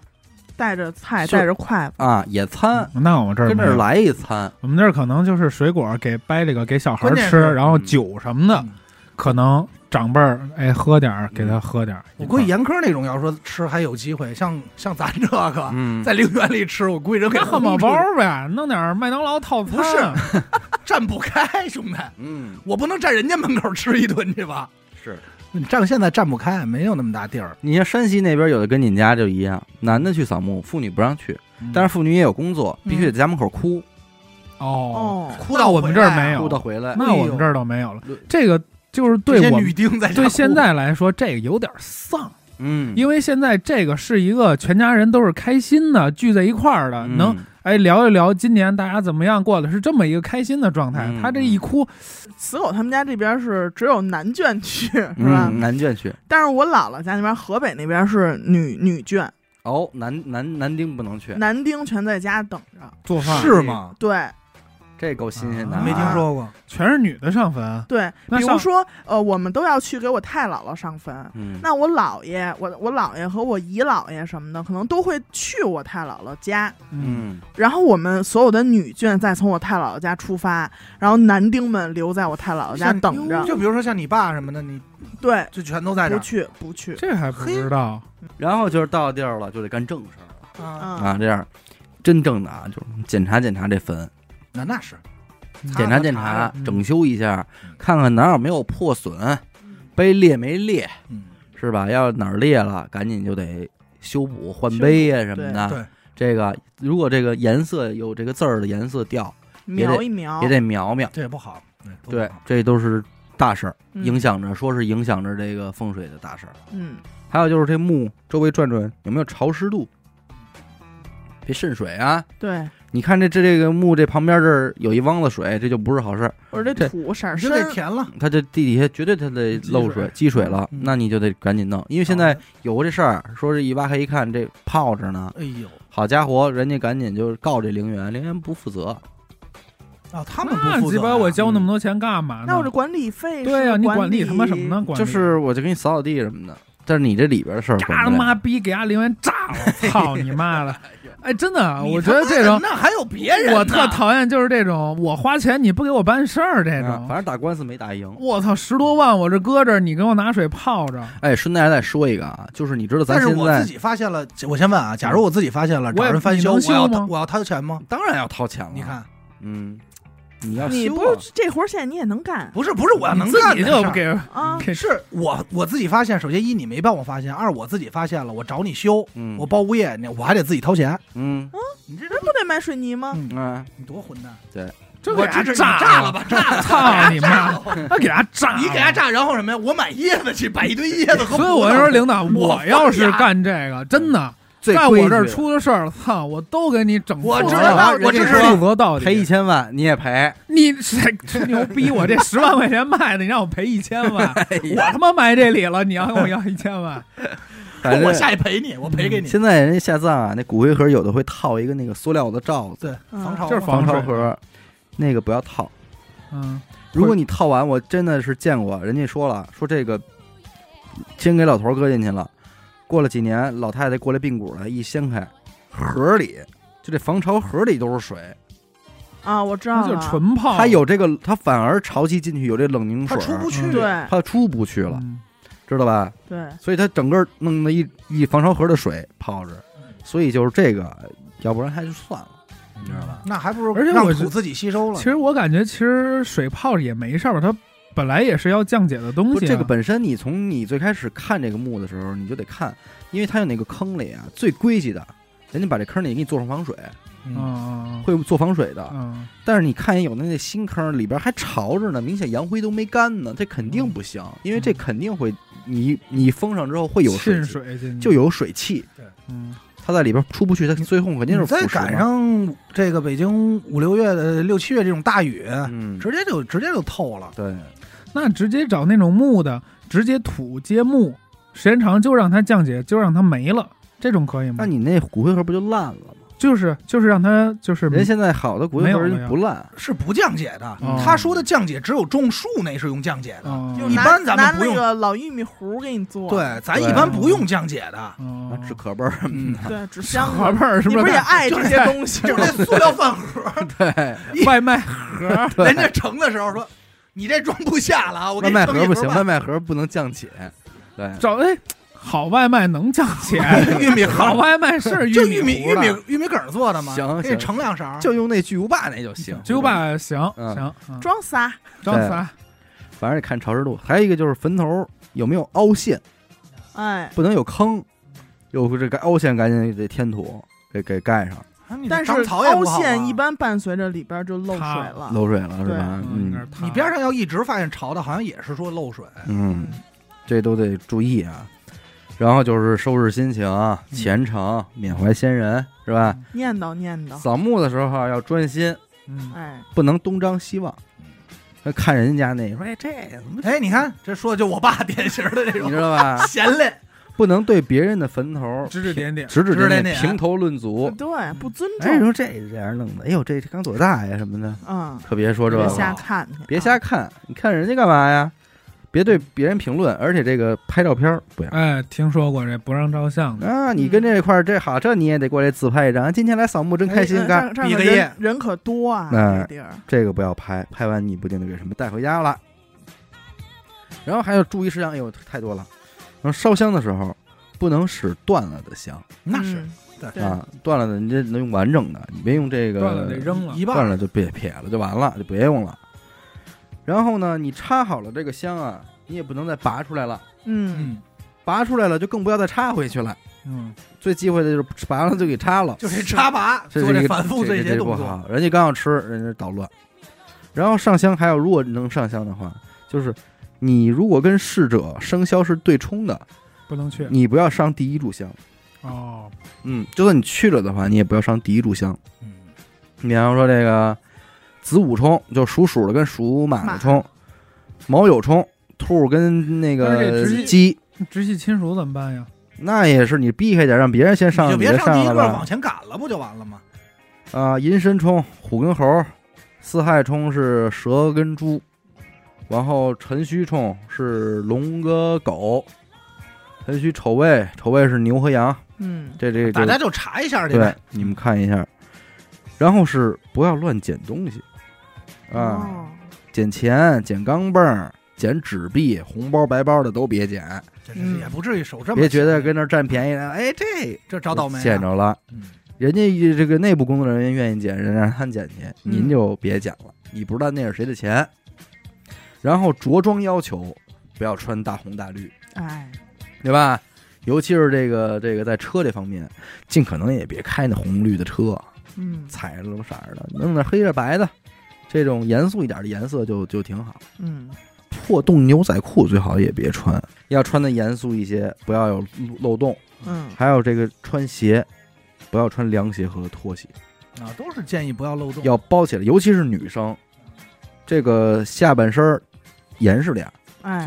带着菜，
就
带着筷子，
啊，野餐，
那我们这儿
跟
嗯没
这
有
儿来一餐，
我们这儿可能就是水果给掰这个给小孩儿
关键
吃，
是
然后酒什么的
嗯
可能长辈儿哎喝点儿，给他喝点儿。
我估计严科那种要说吃还有机会，像像咱这个
嗯，
在陵园里吃，我估计人给
给汉堡
轰出
包
去
呗，弄点儿麦当劳套餐。
不是站不开，兄弟，
嗯
我不能站人家门口吃一顿去吧？
是。
你站现在站不开，没有那么大地儿。
你像山西那边有的跟你们家就一样，男的去扫墓，妇女不让去，
嗯
但是妇女也有工作，必须
嗯
得在家门口哭，
哦，
哦，
哭到
我们这儿没有
哭到回来。
那我们这儿倒没有了
哎呦。
这个就是对
呃这些
我
女
们
丁在家
对
哭
现在来说，这个有点丧，
嗯，
因为现在这个是一个全家人都是开心的，聚在一块儿的，
嗯
能哎聊一聊今年大家怎么样过的，是这么一个开心的状态
嗯。
他这一哭，
死狗他们家这边是只有男眷去，是吧？
嗯男眷去
但是我姥姥家那边河北那边是女女眷，
哦，男男男丁不能去，
男丁全在家等着。
做饭
是吗？
对
这够新鲜的，
啊
没听。说过。
全是女的上坟，
对，
那
比
上
如说呃，我们都要去给我太姥姥上坟，
嗯，
那我姥爷，我我姥爷和我姨姥爷什么的，可能都会去我太姥姥家。
嗯，
嗯，
然后我们所有的女眷再从我太姥姥家出发，然后男丁们留在我太姥姥家
像
等着。
就比如说像你爸什么的，你
对，
就全都在这
不
儿
去不去，
这还不知道。
然后就是到地儿了，就得干正事儿了
啊。
嗯，
啊，这样真正的啊，就是检查检查这坟，
那那是
检
点
查
查
检
查
查
查，嗯
整修一下
嗯，
看看哪儿有没有破损，碑裂没裂，
嗯，
是吧？要哪儿裂了，赶紧就得修补、换碑啊呀、什么的。
对对
这个如果这个颜色有这个字儿的颜色掉，
瞄一瞄
也，得描描。
这也不好。嗯都不
对
好，
这都是大事儿，
嗯
影响着，说是影响着这个风水的大事儿。
嗯，
还有就是这墓周围转转有没有潮湿度，别渗水啊！
对，
你看这这这个墓这旁边这儿有一汪子水，这就不是好事儿。
我说
这
这土色儿
你就得
深，
填了。
它这地底下绝对它得漏水积水了，
嗯
那你就得赶紧弄，因为现在有这事儿，说是一挖开一看这泡着呢，
哎呦
好家伙，人家赶紧就告这陵园，陵园不负责，
啊，他们
那
不负
鸡
责
巴
呀。嗯
我交那么多钱干嘛呢？
那我这管理费是
对呀，啊你
管
管理他妈什么呢？？管
就
理
是我就给你扫扫地什么的，但是你这里边的事儿
炸
管
他
不了
妈逼给俺陵园炸 了，操你妈的！哎，真的，
你
我觉
他
得
妈
这种
那还有别人呢，哎
我特讨厌就是这种我花钱你不给我办事儿这
啊反
种。
正打官司没打赢。
我操，十多万我这搁这儿，你给我拿水泡着，
哎，顺带再说一个啊，就是你知道咱
但是
现
我自
在
己发现了，我先问啊，假如我自己发现了，
我
找
也
人翻修，
你能
我
修
要
吗啊
我要掏钱吗？
当然要掏钱了，
你，看，
嗯，你要
你
修
不
啊
是这活儿现在你也能干
不是不是，我要能
你自
干
己
的
就
事儿
给
啊？
给
是我我自己发现，首先一你没帮我发现，二我自己发现了，我找你修，
嗯，
我包物业，你我还得自己掏钱，
嗯
你这
那不得买水泥吗？
嗯啊
你多混蛋！
这
我
给
支
他
持 你
炸
炸了吧，炸了！
操你妈！ 他给他炸，
你给他。炸，然后什么呀？我买椰子去，买一堆椰子和葡
所
萄。
以我就说，领导，
我
我要是干这个，真的
最
在
规
我这儿
矩
出了事儿，操，我都给你整
我
错
知
了
道，
人家
我知
说
道。
负责到底。
赔一千万你也赔，
你谁吹牛逼？我这十万块钱卖的，你让我赔一千 万，我
哎呀
他妈埋这里了，你要跟我要一千 万？
反
我
正
下去赔你，我赔给你。
现在人家下葬啊，那骨灰盒有的会套一个那个塑料的罩子，
对，
嗯
防潮
就是
嘛
防
潮
水
盒，那个不要套。
嗯，
如果你套完，我真的是见过，人家说了，说这个先给老头儿搁进去了，过了几年，老太太过来髌骨了，一掀开，盒里就这防潮盒里都是水，
啊，我知道
那
了，
就是纯泡，
它有这个，它反而潮汐进去有这冷凝
他
水，
出不去。
嗯
对
它出不去了，
嗯
知道吧？
对，
所以它整个弄的一一防潮盒的水泡着，所以就是这个，要不然还就算了，你知道吧？
那还不如
而且
让
我
土
是
自己吸收了
其。实我感觉，其实水泡着也没事儿吧，它本来也是要降解的东
不，
西啊。
这个本身你从你最开始看这个墓的时候，你就得看，因为它有哪个坑里啊，最规矩的，人家把这坑里给你做上防水，
嗯，
嗯，
会做防水的。
嗯
但是你看见有的那新坑里边还潮着呢，明显洋灰都没干呢，这肯定不行，
嗯
因为这肯定会你你封上之后会有水
浸
气，
水进去
就有水汽，
嗯，
它在里边出不去，它最后肯定是
你
腐
再
蚀
赶
嘛。
上这个北京五六月的六七月这种大雨，
嗯，
直接就直接就透了。
对，
那直接找那种木的，直接土接木，时间长就让它降解，就让它没了，这种可以吗
那？你那骨灰盒不就烂了吗？
就是就是让它就是
人现在好的骨灰盒
没有了
就
呀
不烂，
是不降解的。
嗯
他说的降解只有种树那是用降解的，
嗯
就
一
拿
般咱
拿
们
那
不用
个老玉米糊给你做，
对，咱
对
一般不用降解的，
嗯
嗯
那纸可辈儿
哦
什么的。
对，啊纸箱
盒
子
辈儿是
你
是
不是也爱这些东西
就是
吗？
那塑料饭盒，
对，
外卖盒儿？
对
人家盛的时候说。你这装不下了啊！我给
外卖
你称一
盒不行，
份
外
外
卖盒不能降解。对，
找哎，好外卖能降钱，
玉米
好
盒，
外卖是
就
玉
玉米
糊
玉
的
米玉米梗儿做的嘛，
行
给
行
你盛两勺。
就用那巨无霸那就行。
九，百行
嗯
行，嗯
装仨，
张三
反正得看潮湿度。还有一个就是坟头有没有凹陷，
哎，
不能有坑，有这个凹陷赶紧得填土，给给盖上，
啊你
但是
长草也
凹
不好啊
陷一，般伴随着里边就漏水了。
漏水了是
啊对
吧？
嗯，应该
嗯
是他
你边上要一直发现潮的，好像也是说漏水。
嗯，这都得注意啊。然后就是收拾心情啊，
嗯
虔诚，缅怀先人，是吧？
念叨念叨，
扫墓的时候啊要专心，
嗯
哎，
不能东张西望。看人家那，说哎这怎么
哎，你看这说的就我爸 典型的这
你
种
知道 吧？
闲嘞，
不能对别人的坟头
指指点点，
指指
指指
点
点点
评头论足。
对，不尊
哎，你
重，
说这这样弄的，哎呦，这这刚多大呀什么的，
嗯，
可别啊说这
别
个，
瞎看去，啊
别瞎看，你看人家干嘛呀？别对别人评论，而且这个拍照片儿不要
哎，听说过这不让照相的，
啊！你跟这块儿这好，这你也得过来自拍一张。今天来扫墓真开
哎
心，
这
干
样这样
比
可
个
人
耶
人可多啊，
哎
这地儿，
这个不要拍，拍完你不定就给什么带回家了。然后还有注意事项，哎呦太多了。然后烧香的时候不能使断了的香
那是
嗯
对
对，
啊，断了的你这能用完整的，你别用嗯这个
断了得扔了，
一半
断
儿。
了就别撇了，就完了，就别用了。然后呢，你插好了这个香啊，你也不能再拔出来了，
嗯，
嗯，
拔出来了就更不要再插回去了。
嗯，
最忌讳的就是拔了就给插了，
就这插拔，
这
做
这个
这反复
这
这
个
些
这个不
动作，
好。人家刚要吃，人家捣乱。然后上香还有，如果能上香的话，就是你如果跟逝者生肖是对冲的，
不能去
你不要上第一炷香。
哦，
嗯，就算你去了的话，你也不要上第一炷香。
嗯，
你比方说这个子午冲，就属鼠的跟属马的
马
冲，卯酉冲，兔跟那
但是
个
这直
鸡，
直系亲属怎么办呀？
那也是你避开点，让别人先上，
你就
你
别
再
上第一
了
个
吧
往。前赶了，不就完了吗？
啊，寅申冲虎跟猴，四害冲是蛇跟猪，然后辰戌冲是龙跟狗，辰戌丑未，丑未是牛和羊，
嗯，
这这这
大家就查一下去
对
呗。，
你们看一下。然后是不要乱捡东西，
嗯
啊，
哦，
捡钱、捡钢镚儿、捡纸币、红包、白包的都别捡，
这是也不至于手这么
别觉得
闲
跟那儿占便宜了，哎，这
这找倒霉啊
捡着了。
嗯
人家一这个内部工作人员愿意捡，人家让他捡去，您就别捡了，你不知道那是谁的钱。然后着装要求不要穿大红大绿，
哎，
对吧？尤其是这个这个在车这方面，尽可能也别开那红绿的车，
嗯
彩着什么色儿的，弄点黑的白的，这种严肃一点的颜色就就挺好。
嗯，
破洞牛仔裤最好也别穿，要穿的严肃一些，不要有漏洞。
嗯，
还有这个穿鞋，不要穿凉鞋和拖鞋。
啊，都是建议不要漏洞。
要包起来，尤其是女生，这个下半身儿严实点儿，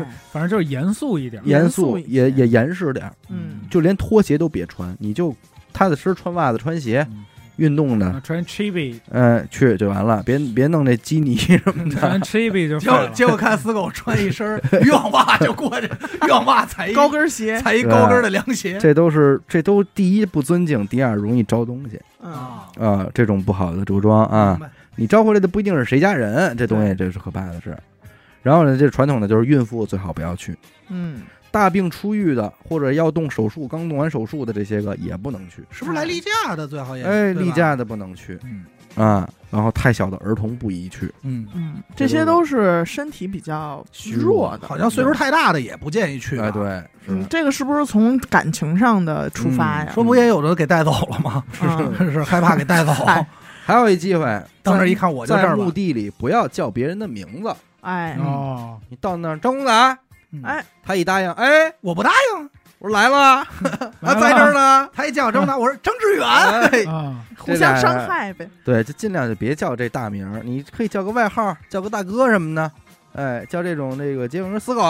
就
哎，
反正就是严肃一点，
严
严
肃
肃一些
也也严实点儿，
嗯，
就连拖鞋都别穿，你就踏踏实实穿袜子、穿鞋、
嗯
运动的，
穿 chibi，
嗯
呃，去就完了，别别弄那基尼什么的。
穿 chibi 就
结果
废了
结果看死狗穿一身儿渔网袜就过去，渔网袜踩一
高跟鞋，
踩一高跟的凉鞋
这都是这都第一不尊敬，第二容易招东西
嗯，
啊
啊、这种不好的着装啊，
明白
你招回来的不一定是谁家人，这东西这是可怕的事儿。然后呢，这传统的就是孕妇最好不要去，
嗯，
大病初愈的或者要动手术、刚动完手术的这些个也不能去。
是不是来例假的最好也
哎，
对吧
例假的不能去
嗯
啊，然后太小的儿童不宜去。
嗯，
嗯，
这
这些
都
都是身体比较
虚弱
弱的，
好像岁数太大的也不建议去吧
哎，，对，
嗯
是，
这个是不是从感情上的出发呀？
说不也有的给带走了吗？
嗯
是是害怕给带走，
嗨
还有一忌讳，
当时一看我就这
在
儿
墓
吧，
地里不要叫别人的名字，
哎，
哦，
你到那儿张公仔，
嗯
哎
他一答应，哎，
我不答应，
我说来了啊，
来
啊，
了
在这儿呢。
他一叫我张达，我说张志远，
哎，
啊，
互相伤害呗。
对，就尽量就别叫这大名儿，你可以叫个外号，叫个大哥什么的，哎，叫这种这个街坊死狗，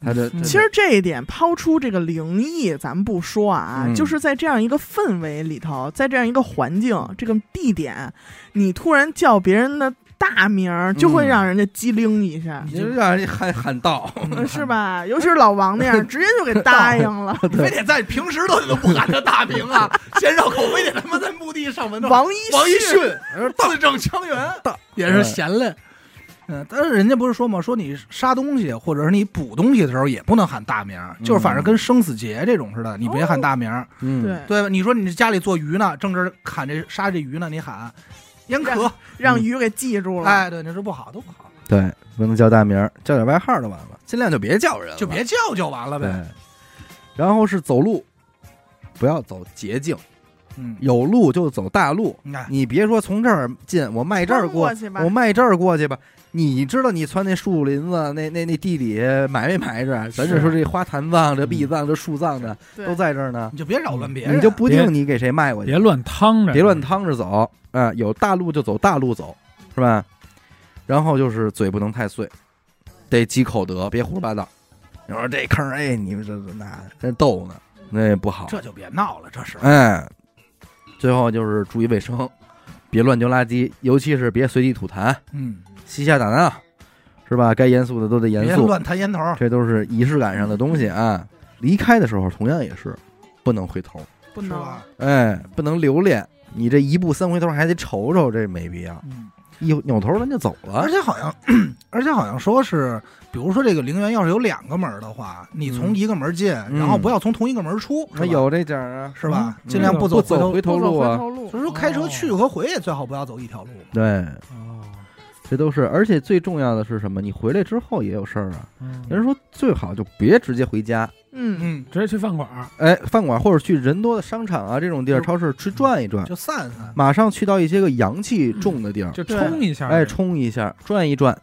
他就
嗯
就
其实这一点，抛出这个灵异，咱们不说啊，
嗯
就是在这样一个氛围里头，在这样一个环境、这个地点，你突然叫别人的大名儿，就会让人家机灵一下，
你就让人喊喊 道，
是吧？尤其是老王那样，直接就给答应 了。
你非得在平时都都不喊他大名啊，先绕口，非得他妈在墓地上门头。
王一
王一
迅，
迅，字正腔圆，也
嗯
是闲嘞。嗯，但是人家不是说嘛，说你杀东西或者是你捕东西的时候也不能喊大名，就是反正跟生死劫这种似的，你别喊大名，
嗯，
对，
对吧？你说你家里做鱼呢，正着砍这杀这鱼呢，你喊烟壳，
让鱼给记住了。
哎，对，那这不好，都不好，
对，不能叫大名儿，叫点外号就完了，尽量就别叫人了，
就别叫就完了
对
呗。。
然后是走路，不要走捷径，
嗯，
有路就走大路。
你看，
你别说从这儿进，我迈这儿过
穿过去吧
我迈这儿过去吧。你知道你窜那树林子、那那那地里埋没埋着？咱这
是
说这花坛葬、这壁葬、这树葬的
对
都在这儿呢，
你就别扰乱别人，
嗯你就不
别
定你给谁迈过去
别。乱 趟着，
哎别乱趟着走啊、有大路就走大路走，是吧？然后就是嘴不能太碎，得积口德，别胡说八道。你说这坑，哎，你们这这那这逗呢，那也不好。
这就别闹了，这是。
哎，最后就是注意卫生，别乱丢垃圾，尤其是别随地吐痰、
嗯，
嬉笑打闹，是吧？该严肃的都得严
别
肃，
乱弹烟头。
这都是仪式感上的东西啊。离开的时候同样也是，不能回头。
不
是
能
吧？
哎，不能留恋。你这一步三回头还得瞅瞅，这没必要。
嗯，
一扭头咱就走
而
了。
且好像，而且好像说是，比如说这个陵园要是有两个门儿的话，你从一个门进，然后不要从同一个门出，是
嗯那
吧
有这点儿啊，
是吧？
嗯
尽量不
不
走回头
回头
不走
路
回
啊。
头路
所以说开车去和回也最好不要走一条路嘛。
对，
哦，
这都是。而且最重要的是什么？你回来之后也有事儿啊。
嗯
人说最好就别直接回家，
嗯，
嗯，
直接去饭馆儿，
哎，饭馆或者去人多的商场啊这种地儿、
就
超市去转一转，
就散散。
马上去到一些个阳气重的地儿，
就冲一
嗯
下，
哎，冲一下，转一转，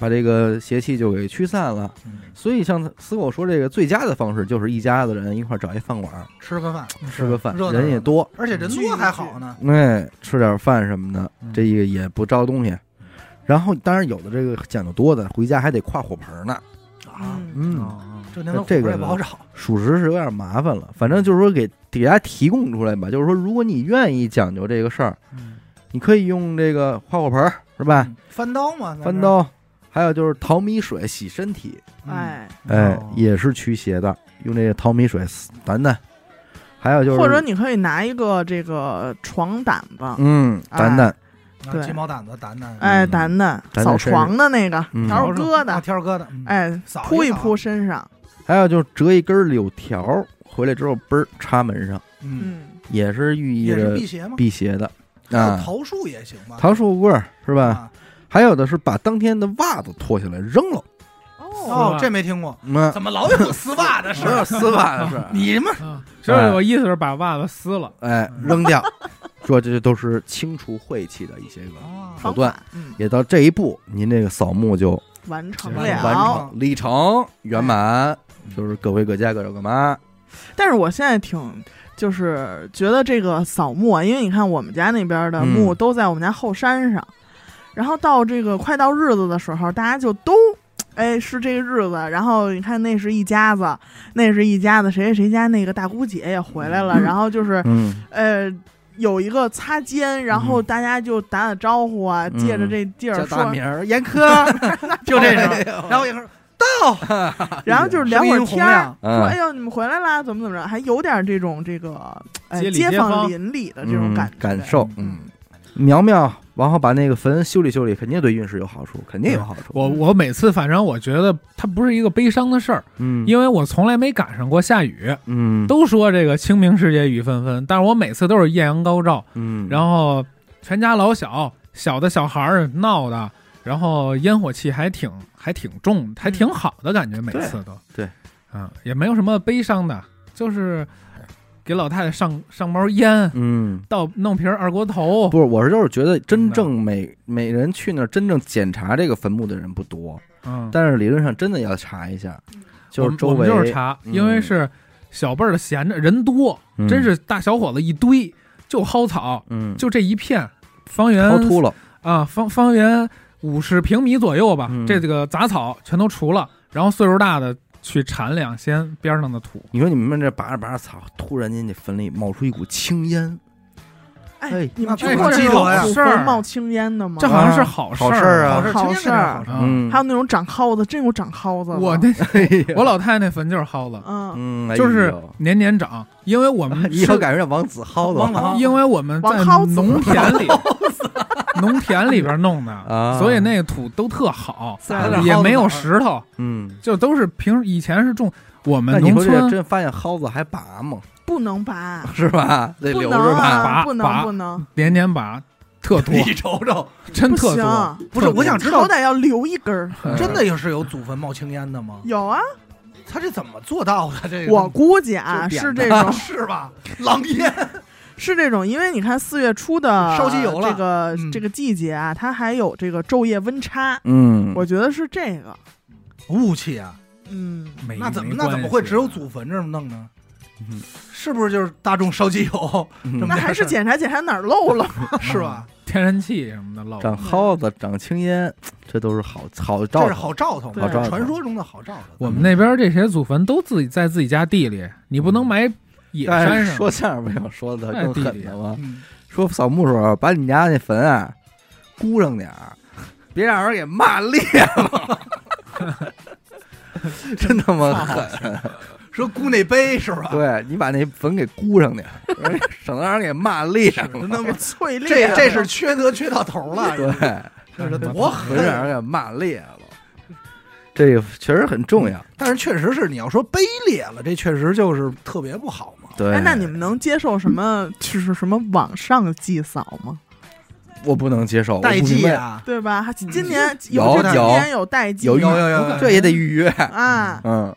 把这个邪气就给驱散了。
嗯
所以像死狗说这个最佳的方式，就是一家子人一块儿找一饭馆儿
吃个饭，
吃个饭
热，闹
人也多，
而且人多还好呢。
哎，吃点饭什么的，
嗯
这个也不招东西。然后，当然有的这个讲究多的，回家还得跨火盆呢。
啊，
嗯
嗯，
嗯，
这年头
这个
也不好找。
属实是有点麻烦了。反正就是说给给大家提供出来吧，就是说如果你愿意讲究这个事儿，
嗯
你可以用这个跨火盆儿是吧？
嗯翻刀嘛，
哎翻刀，还有就是淘米水洗身体，
嗯，
哎，
哎
哦，
也是驱邪的，用这个淘米水掸掸。还有就是，
或者你可以拿一个这个床掸子，
嗯，掸掸，
啊
对
鸡毛掸子掸掸，
哎，
嗯
掸掸
掸
扫
身
床的那个，
嗯
挑挑疙
啊
瘩，
挑疙瘩，嗯，
哎，
扫
铺
一
一
扫
铺身上，
还有就是折一根柳条儿回来之后，嘣儿插门上，
嗯，
嗯，
也是寓意
也是
着
辟邪嘛。
辟邪的
还有
啊。
桃树也行吧？
桃树棍儿是吧？
啊，
还有的是把当天的袜子脱下来扔了。
哦，
哦，这没听过，
嗯，
怎么老有丝袜的事
没
儿？
有丝袜的事儿，
你们
嗯，所以我意思是把袜子 撕了，
哎，扔掉。说这都是清除晦气的一些个，
啊
手
方
段
法，嗯，
也到这一步，您这个扫墓就
完成
完
了。
完成里程圆满，就是各回各家，各找各妈。
但是我现在挺就是觉得这个扫墓啊，因为你看我们家那边的墓
嗯
都在我们家后山上，然后到这个快到日子的时候，大家就都。哎，是这个日子，然后你看那是一家子，那是一家子，谁谁谁家那个大姑姐也回来了，然后就是
嗯，
呃有一个擦肩，然后
嗯
大家就打打招呼啊，
嗯
借着这地
叫
儿
大
说，哎
名儿严 苛，
就这种，
种
然后一会儿
然后就是聊会儿
声音洪
天儿
亮，
嗯
说哎呦你们回来啦，怎么怎么着，还有点这种这个哎
街里
街
街
坊
坊
邻里的这种感觉
嗯感受，嗯。苗苗，然后把那个坟修理修理，肯定对运势有好处，肯定有好处。
嗯我我每次反正我觉得它不是一个悲伤的事儿，
嗯，
因为我从来没赶上过下雨。
嗯
都说这个清明时节雨纷纷，但是我每次都是艳阳高照，
嗯，
然后全家老小，小的小孩儿闹的，然后烟火气还挺还挺重，还挺好的感觉，每次都
对，
嗯，也没有什么悲伤的，就是给老太太上上包烟，
嗯，
倒弄瓶二锅头，
不是，我是就是觉得真正每每人去那儿真正检查这个坟墓的人不多，
嗯，
但是理论上真的要查一下，就
我
是
们
周
嗯我
围
们就是查，
嗯
因为是小辈儿的闲着人多，
嗯
真是大小伙子一堆就薅草，
嗯
就这一片方圆
掏秃了，
啊，方方圆五十平米左右吧，
嗯
这这个杂草全都除了，然后岁数大的去铲两掀边上的土，
你说你们这拔着拔着草，突然间这坟里冒出一股青烟，
哎
哎，
你们听
那这
过
个
这
记
种
者呀
古
事儿
坟冒青烟的吗？
啊这好像是好事
好事儿啊
好事
好
儿，
事儿
儿，
嗯，
还有那种长蒿子，真有长蒿子的。
我那
哎呀
我老太太那坟就是蒿子，
嗯，
嗯，哎呦哎
就是年年长，因为我们
以后
是啊
赶上王子薅
王
子，
子
因为我们在
王蒿子
农田里，农田里边弄的，
啊，
所以那个土都特好，
撒点
也没有
石。
石头，
嗯，
就都是平时以前是种我
那
们
你
农
说这
村
真发现蒿子还拔吗？
不能拔，
是吧？得
不
留
能
着吧。
啊，
拔拔
不能不能，
连年拔，
哎
特多，
你瞅瞅，
真
不
特
行，啊
多。
不是
特多
我想知
好
道，
歹要留一根儿。
嗯
真的也是有祖坟冒青烟的吗？
有啊，
他这怎么做到的？这个
我估计啊
就是点
这
的
种
是吧？狼 烟，
是这种，因为你看四月初的
烧机油了
这个
嗯
这个季节啊，它还有这个昼夜温差，
嗯，
我觉得是这个，
雾气啊！
嗯，
没
那怎么
哎没
那怎么
关
会
系啊
只有祖坟这么弄呢
嗯？
是不是就是大众烧机油
嗯
这么
那还是检查检查哪儿漏了。
嗯
是吧？
天然气什么的漏？
长蒿子、长青烟，这都是好好兆
这是
头。
好兆头嘛，
好兆
头
传说中的好兆头。
我们那边这些祖坟都自己在自己家地里，你不能埋野山
但
上。
哎说相声不想说的更狠的吗？
嗯，
说扫墓时候把你家那坟啊箍上点儿，别让人给骂裂了。 真他妈狠！
说姑那杯 是吧？
对你把那坟给箍上点儿， 省得让人给骂裂了。
真他妈，
脆裂，
这这是缺德缺到头了，
对，
这是多
坟让
狠！
人给骂裂了。这个确实很重要。
但是确实是你要说卑劣了，这确实就是特别不好嘛。
对，
哎，那你们能接受什么？就是什么网上祭扫吗？
我不能接受，我不
代
明
祭
白
啊，
对吧？还今年
有
有这今
有
年有代祭
有
吗
有有
有
这也得预约。
啊，
嗯，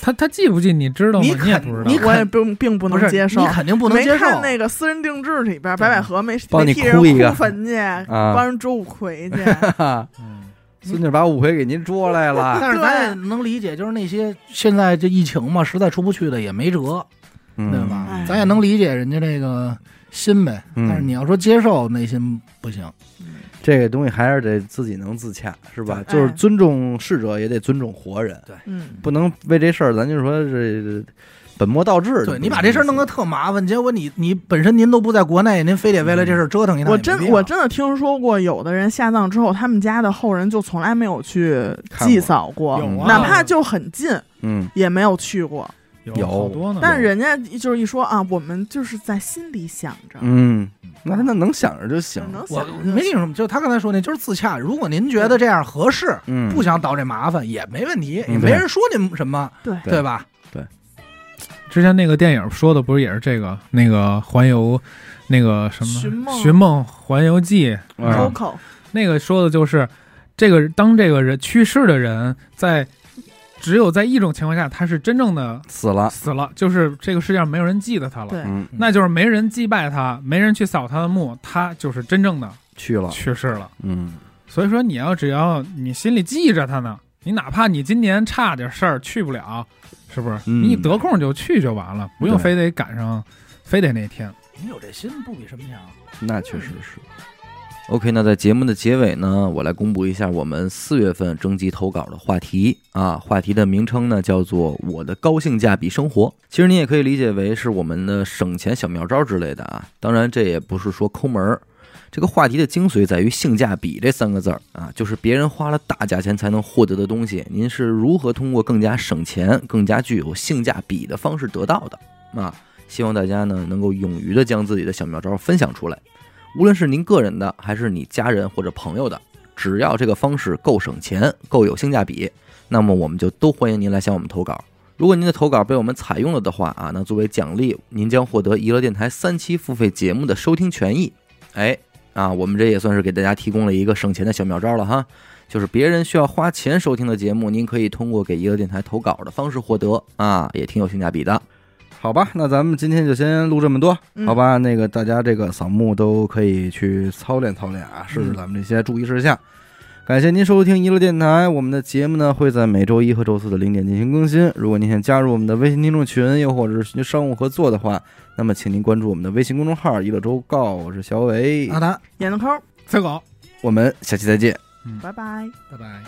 他他记不记你知道吗？
你
你
肯
也不知道
你。
我也并并不
不
能
是
接受
你。肯定不能
没
接受。
看那个私人定制里边，白百合没
帮你
没替人
哭一个
哭坟去，
啊
帮人捉五魁 去。
嗯
啊孙女把五魁给您捉来了。
但是咱也能理解，就是那些现在这疫情嘛，实在出不去的也没辙， 对
嗯
吧？
哎
咱也能理解人家这个心呗。
嗯
但是你要说接受，内心不行。
这个东西还是得自己能自洽，是吧？
对
就是尊重逝者，也得尊重活人，
嗯，
不能为这事儿，咱就说这本末倒置。
对你把这事儿弄得特麻烦，结果你你本身您都不在国内，您非得为了这事儿折腾一趟。
我
也没必
真
要
我真的听说过，有的人下葬之后，他们家的后人就从来没有去
看过
祭扫过，
有啊，
哪怕就很近
嗯，
也没有去过。
有
有
好多呢。
但人家就是一说啊，我们就是在心里想着，
嗯，那那能想着就行
只。能
我
想着
没听什么，就是他刚才说那，就是自洽。如果您觉得这样合适，
嗯，
不想倒这麻烦也没问题，也
嗯
没人说您什么，
对
对吧？
之前那个电影说的不是也是这个那个环游，那个什么
寻梦
寻梦环游记》
嗯
啊
Coco
那个说的就是这个当这个人去世的人在只有在一种情况下他是真正的
死了，
死了，就是这个世界上没有人记得他了。
对
嗯，
那就是没人祭拜他，没人去扫他的墓，他就是真正的
去了，
去世了。
嗯，
所以说，你要只要你心里记着他呢，你哪怕你今年差点事儿去不了，是不是？
嗯
你得空就去就完了，不用
对
非得赶上，非得那天。
你有这心不比什么啊强。
那确实是。OK，那在节目的结尾呢，我来公布一下我们四月份征集投稿的话题啊，话题的名称呢叫做“我的高性价比生活”。其实你也可以理解为是我们的省钱小妙招之类的啊。当然，这也不是说抠门儿。这个话题的精髓在于“性价比”这三个字儿啊，就是别人花了大价钱才能获得的东西，您是如何通过更加省钱、更加具有性价比的方式得到的啊？希望大家呢能够勇于的将自己的小妙招分享出来。无论是您个人的，还是你家人或者朋友的，只要这个方式够省钱、够有性价比，那么我们就都欢迎您来向我们投稿。如果您的投稿被我们采用了的话啊，那作为奖励，您将获得娱乐电台三期付费节目的收听权益。哎，啊，我们这也算是给大家提供了一个省钱的小妙招了哈。就是别人需要花钱收听的节目，您可以通过给娱乐电台投稿的方式获得啊，也挺有性价比的。好吧，那咱们今天就先录这么多。
嗯
好吧，那个大家这个扫墓都可以去操练操练啊，试试咱们这些注意事项。感谢您收听娱乐电台，我们的节目呢会在每周一和周四的零点进行更新。如果您想加入我们的微信听众群，又或者是寻求商务合作的话，那么请您关注我们的微信公众号“娱乐周告”，我是小伟
啊阿，达，
演的抠，
崔狗，
我们下期再见。
拜拜。
拜拜。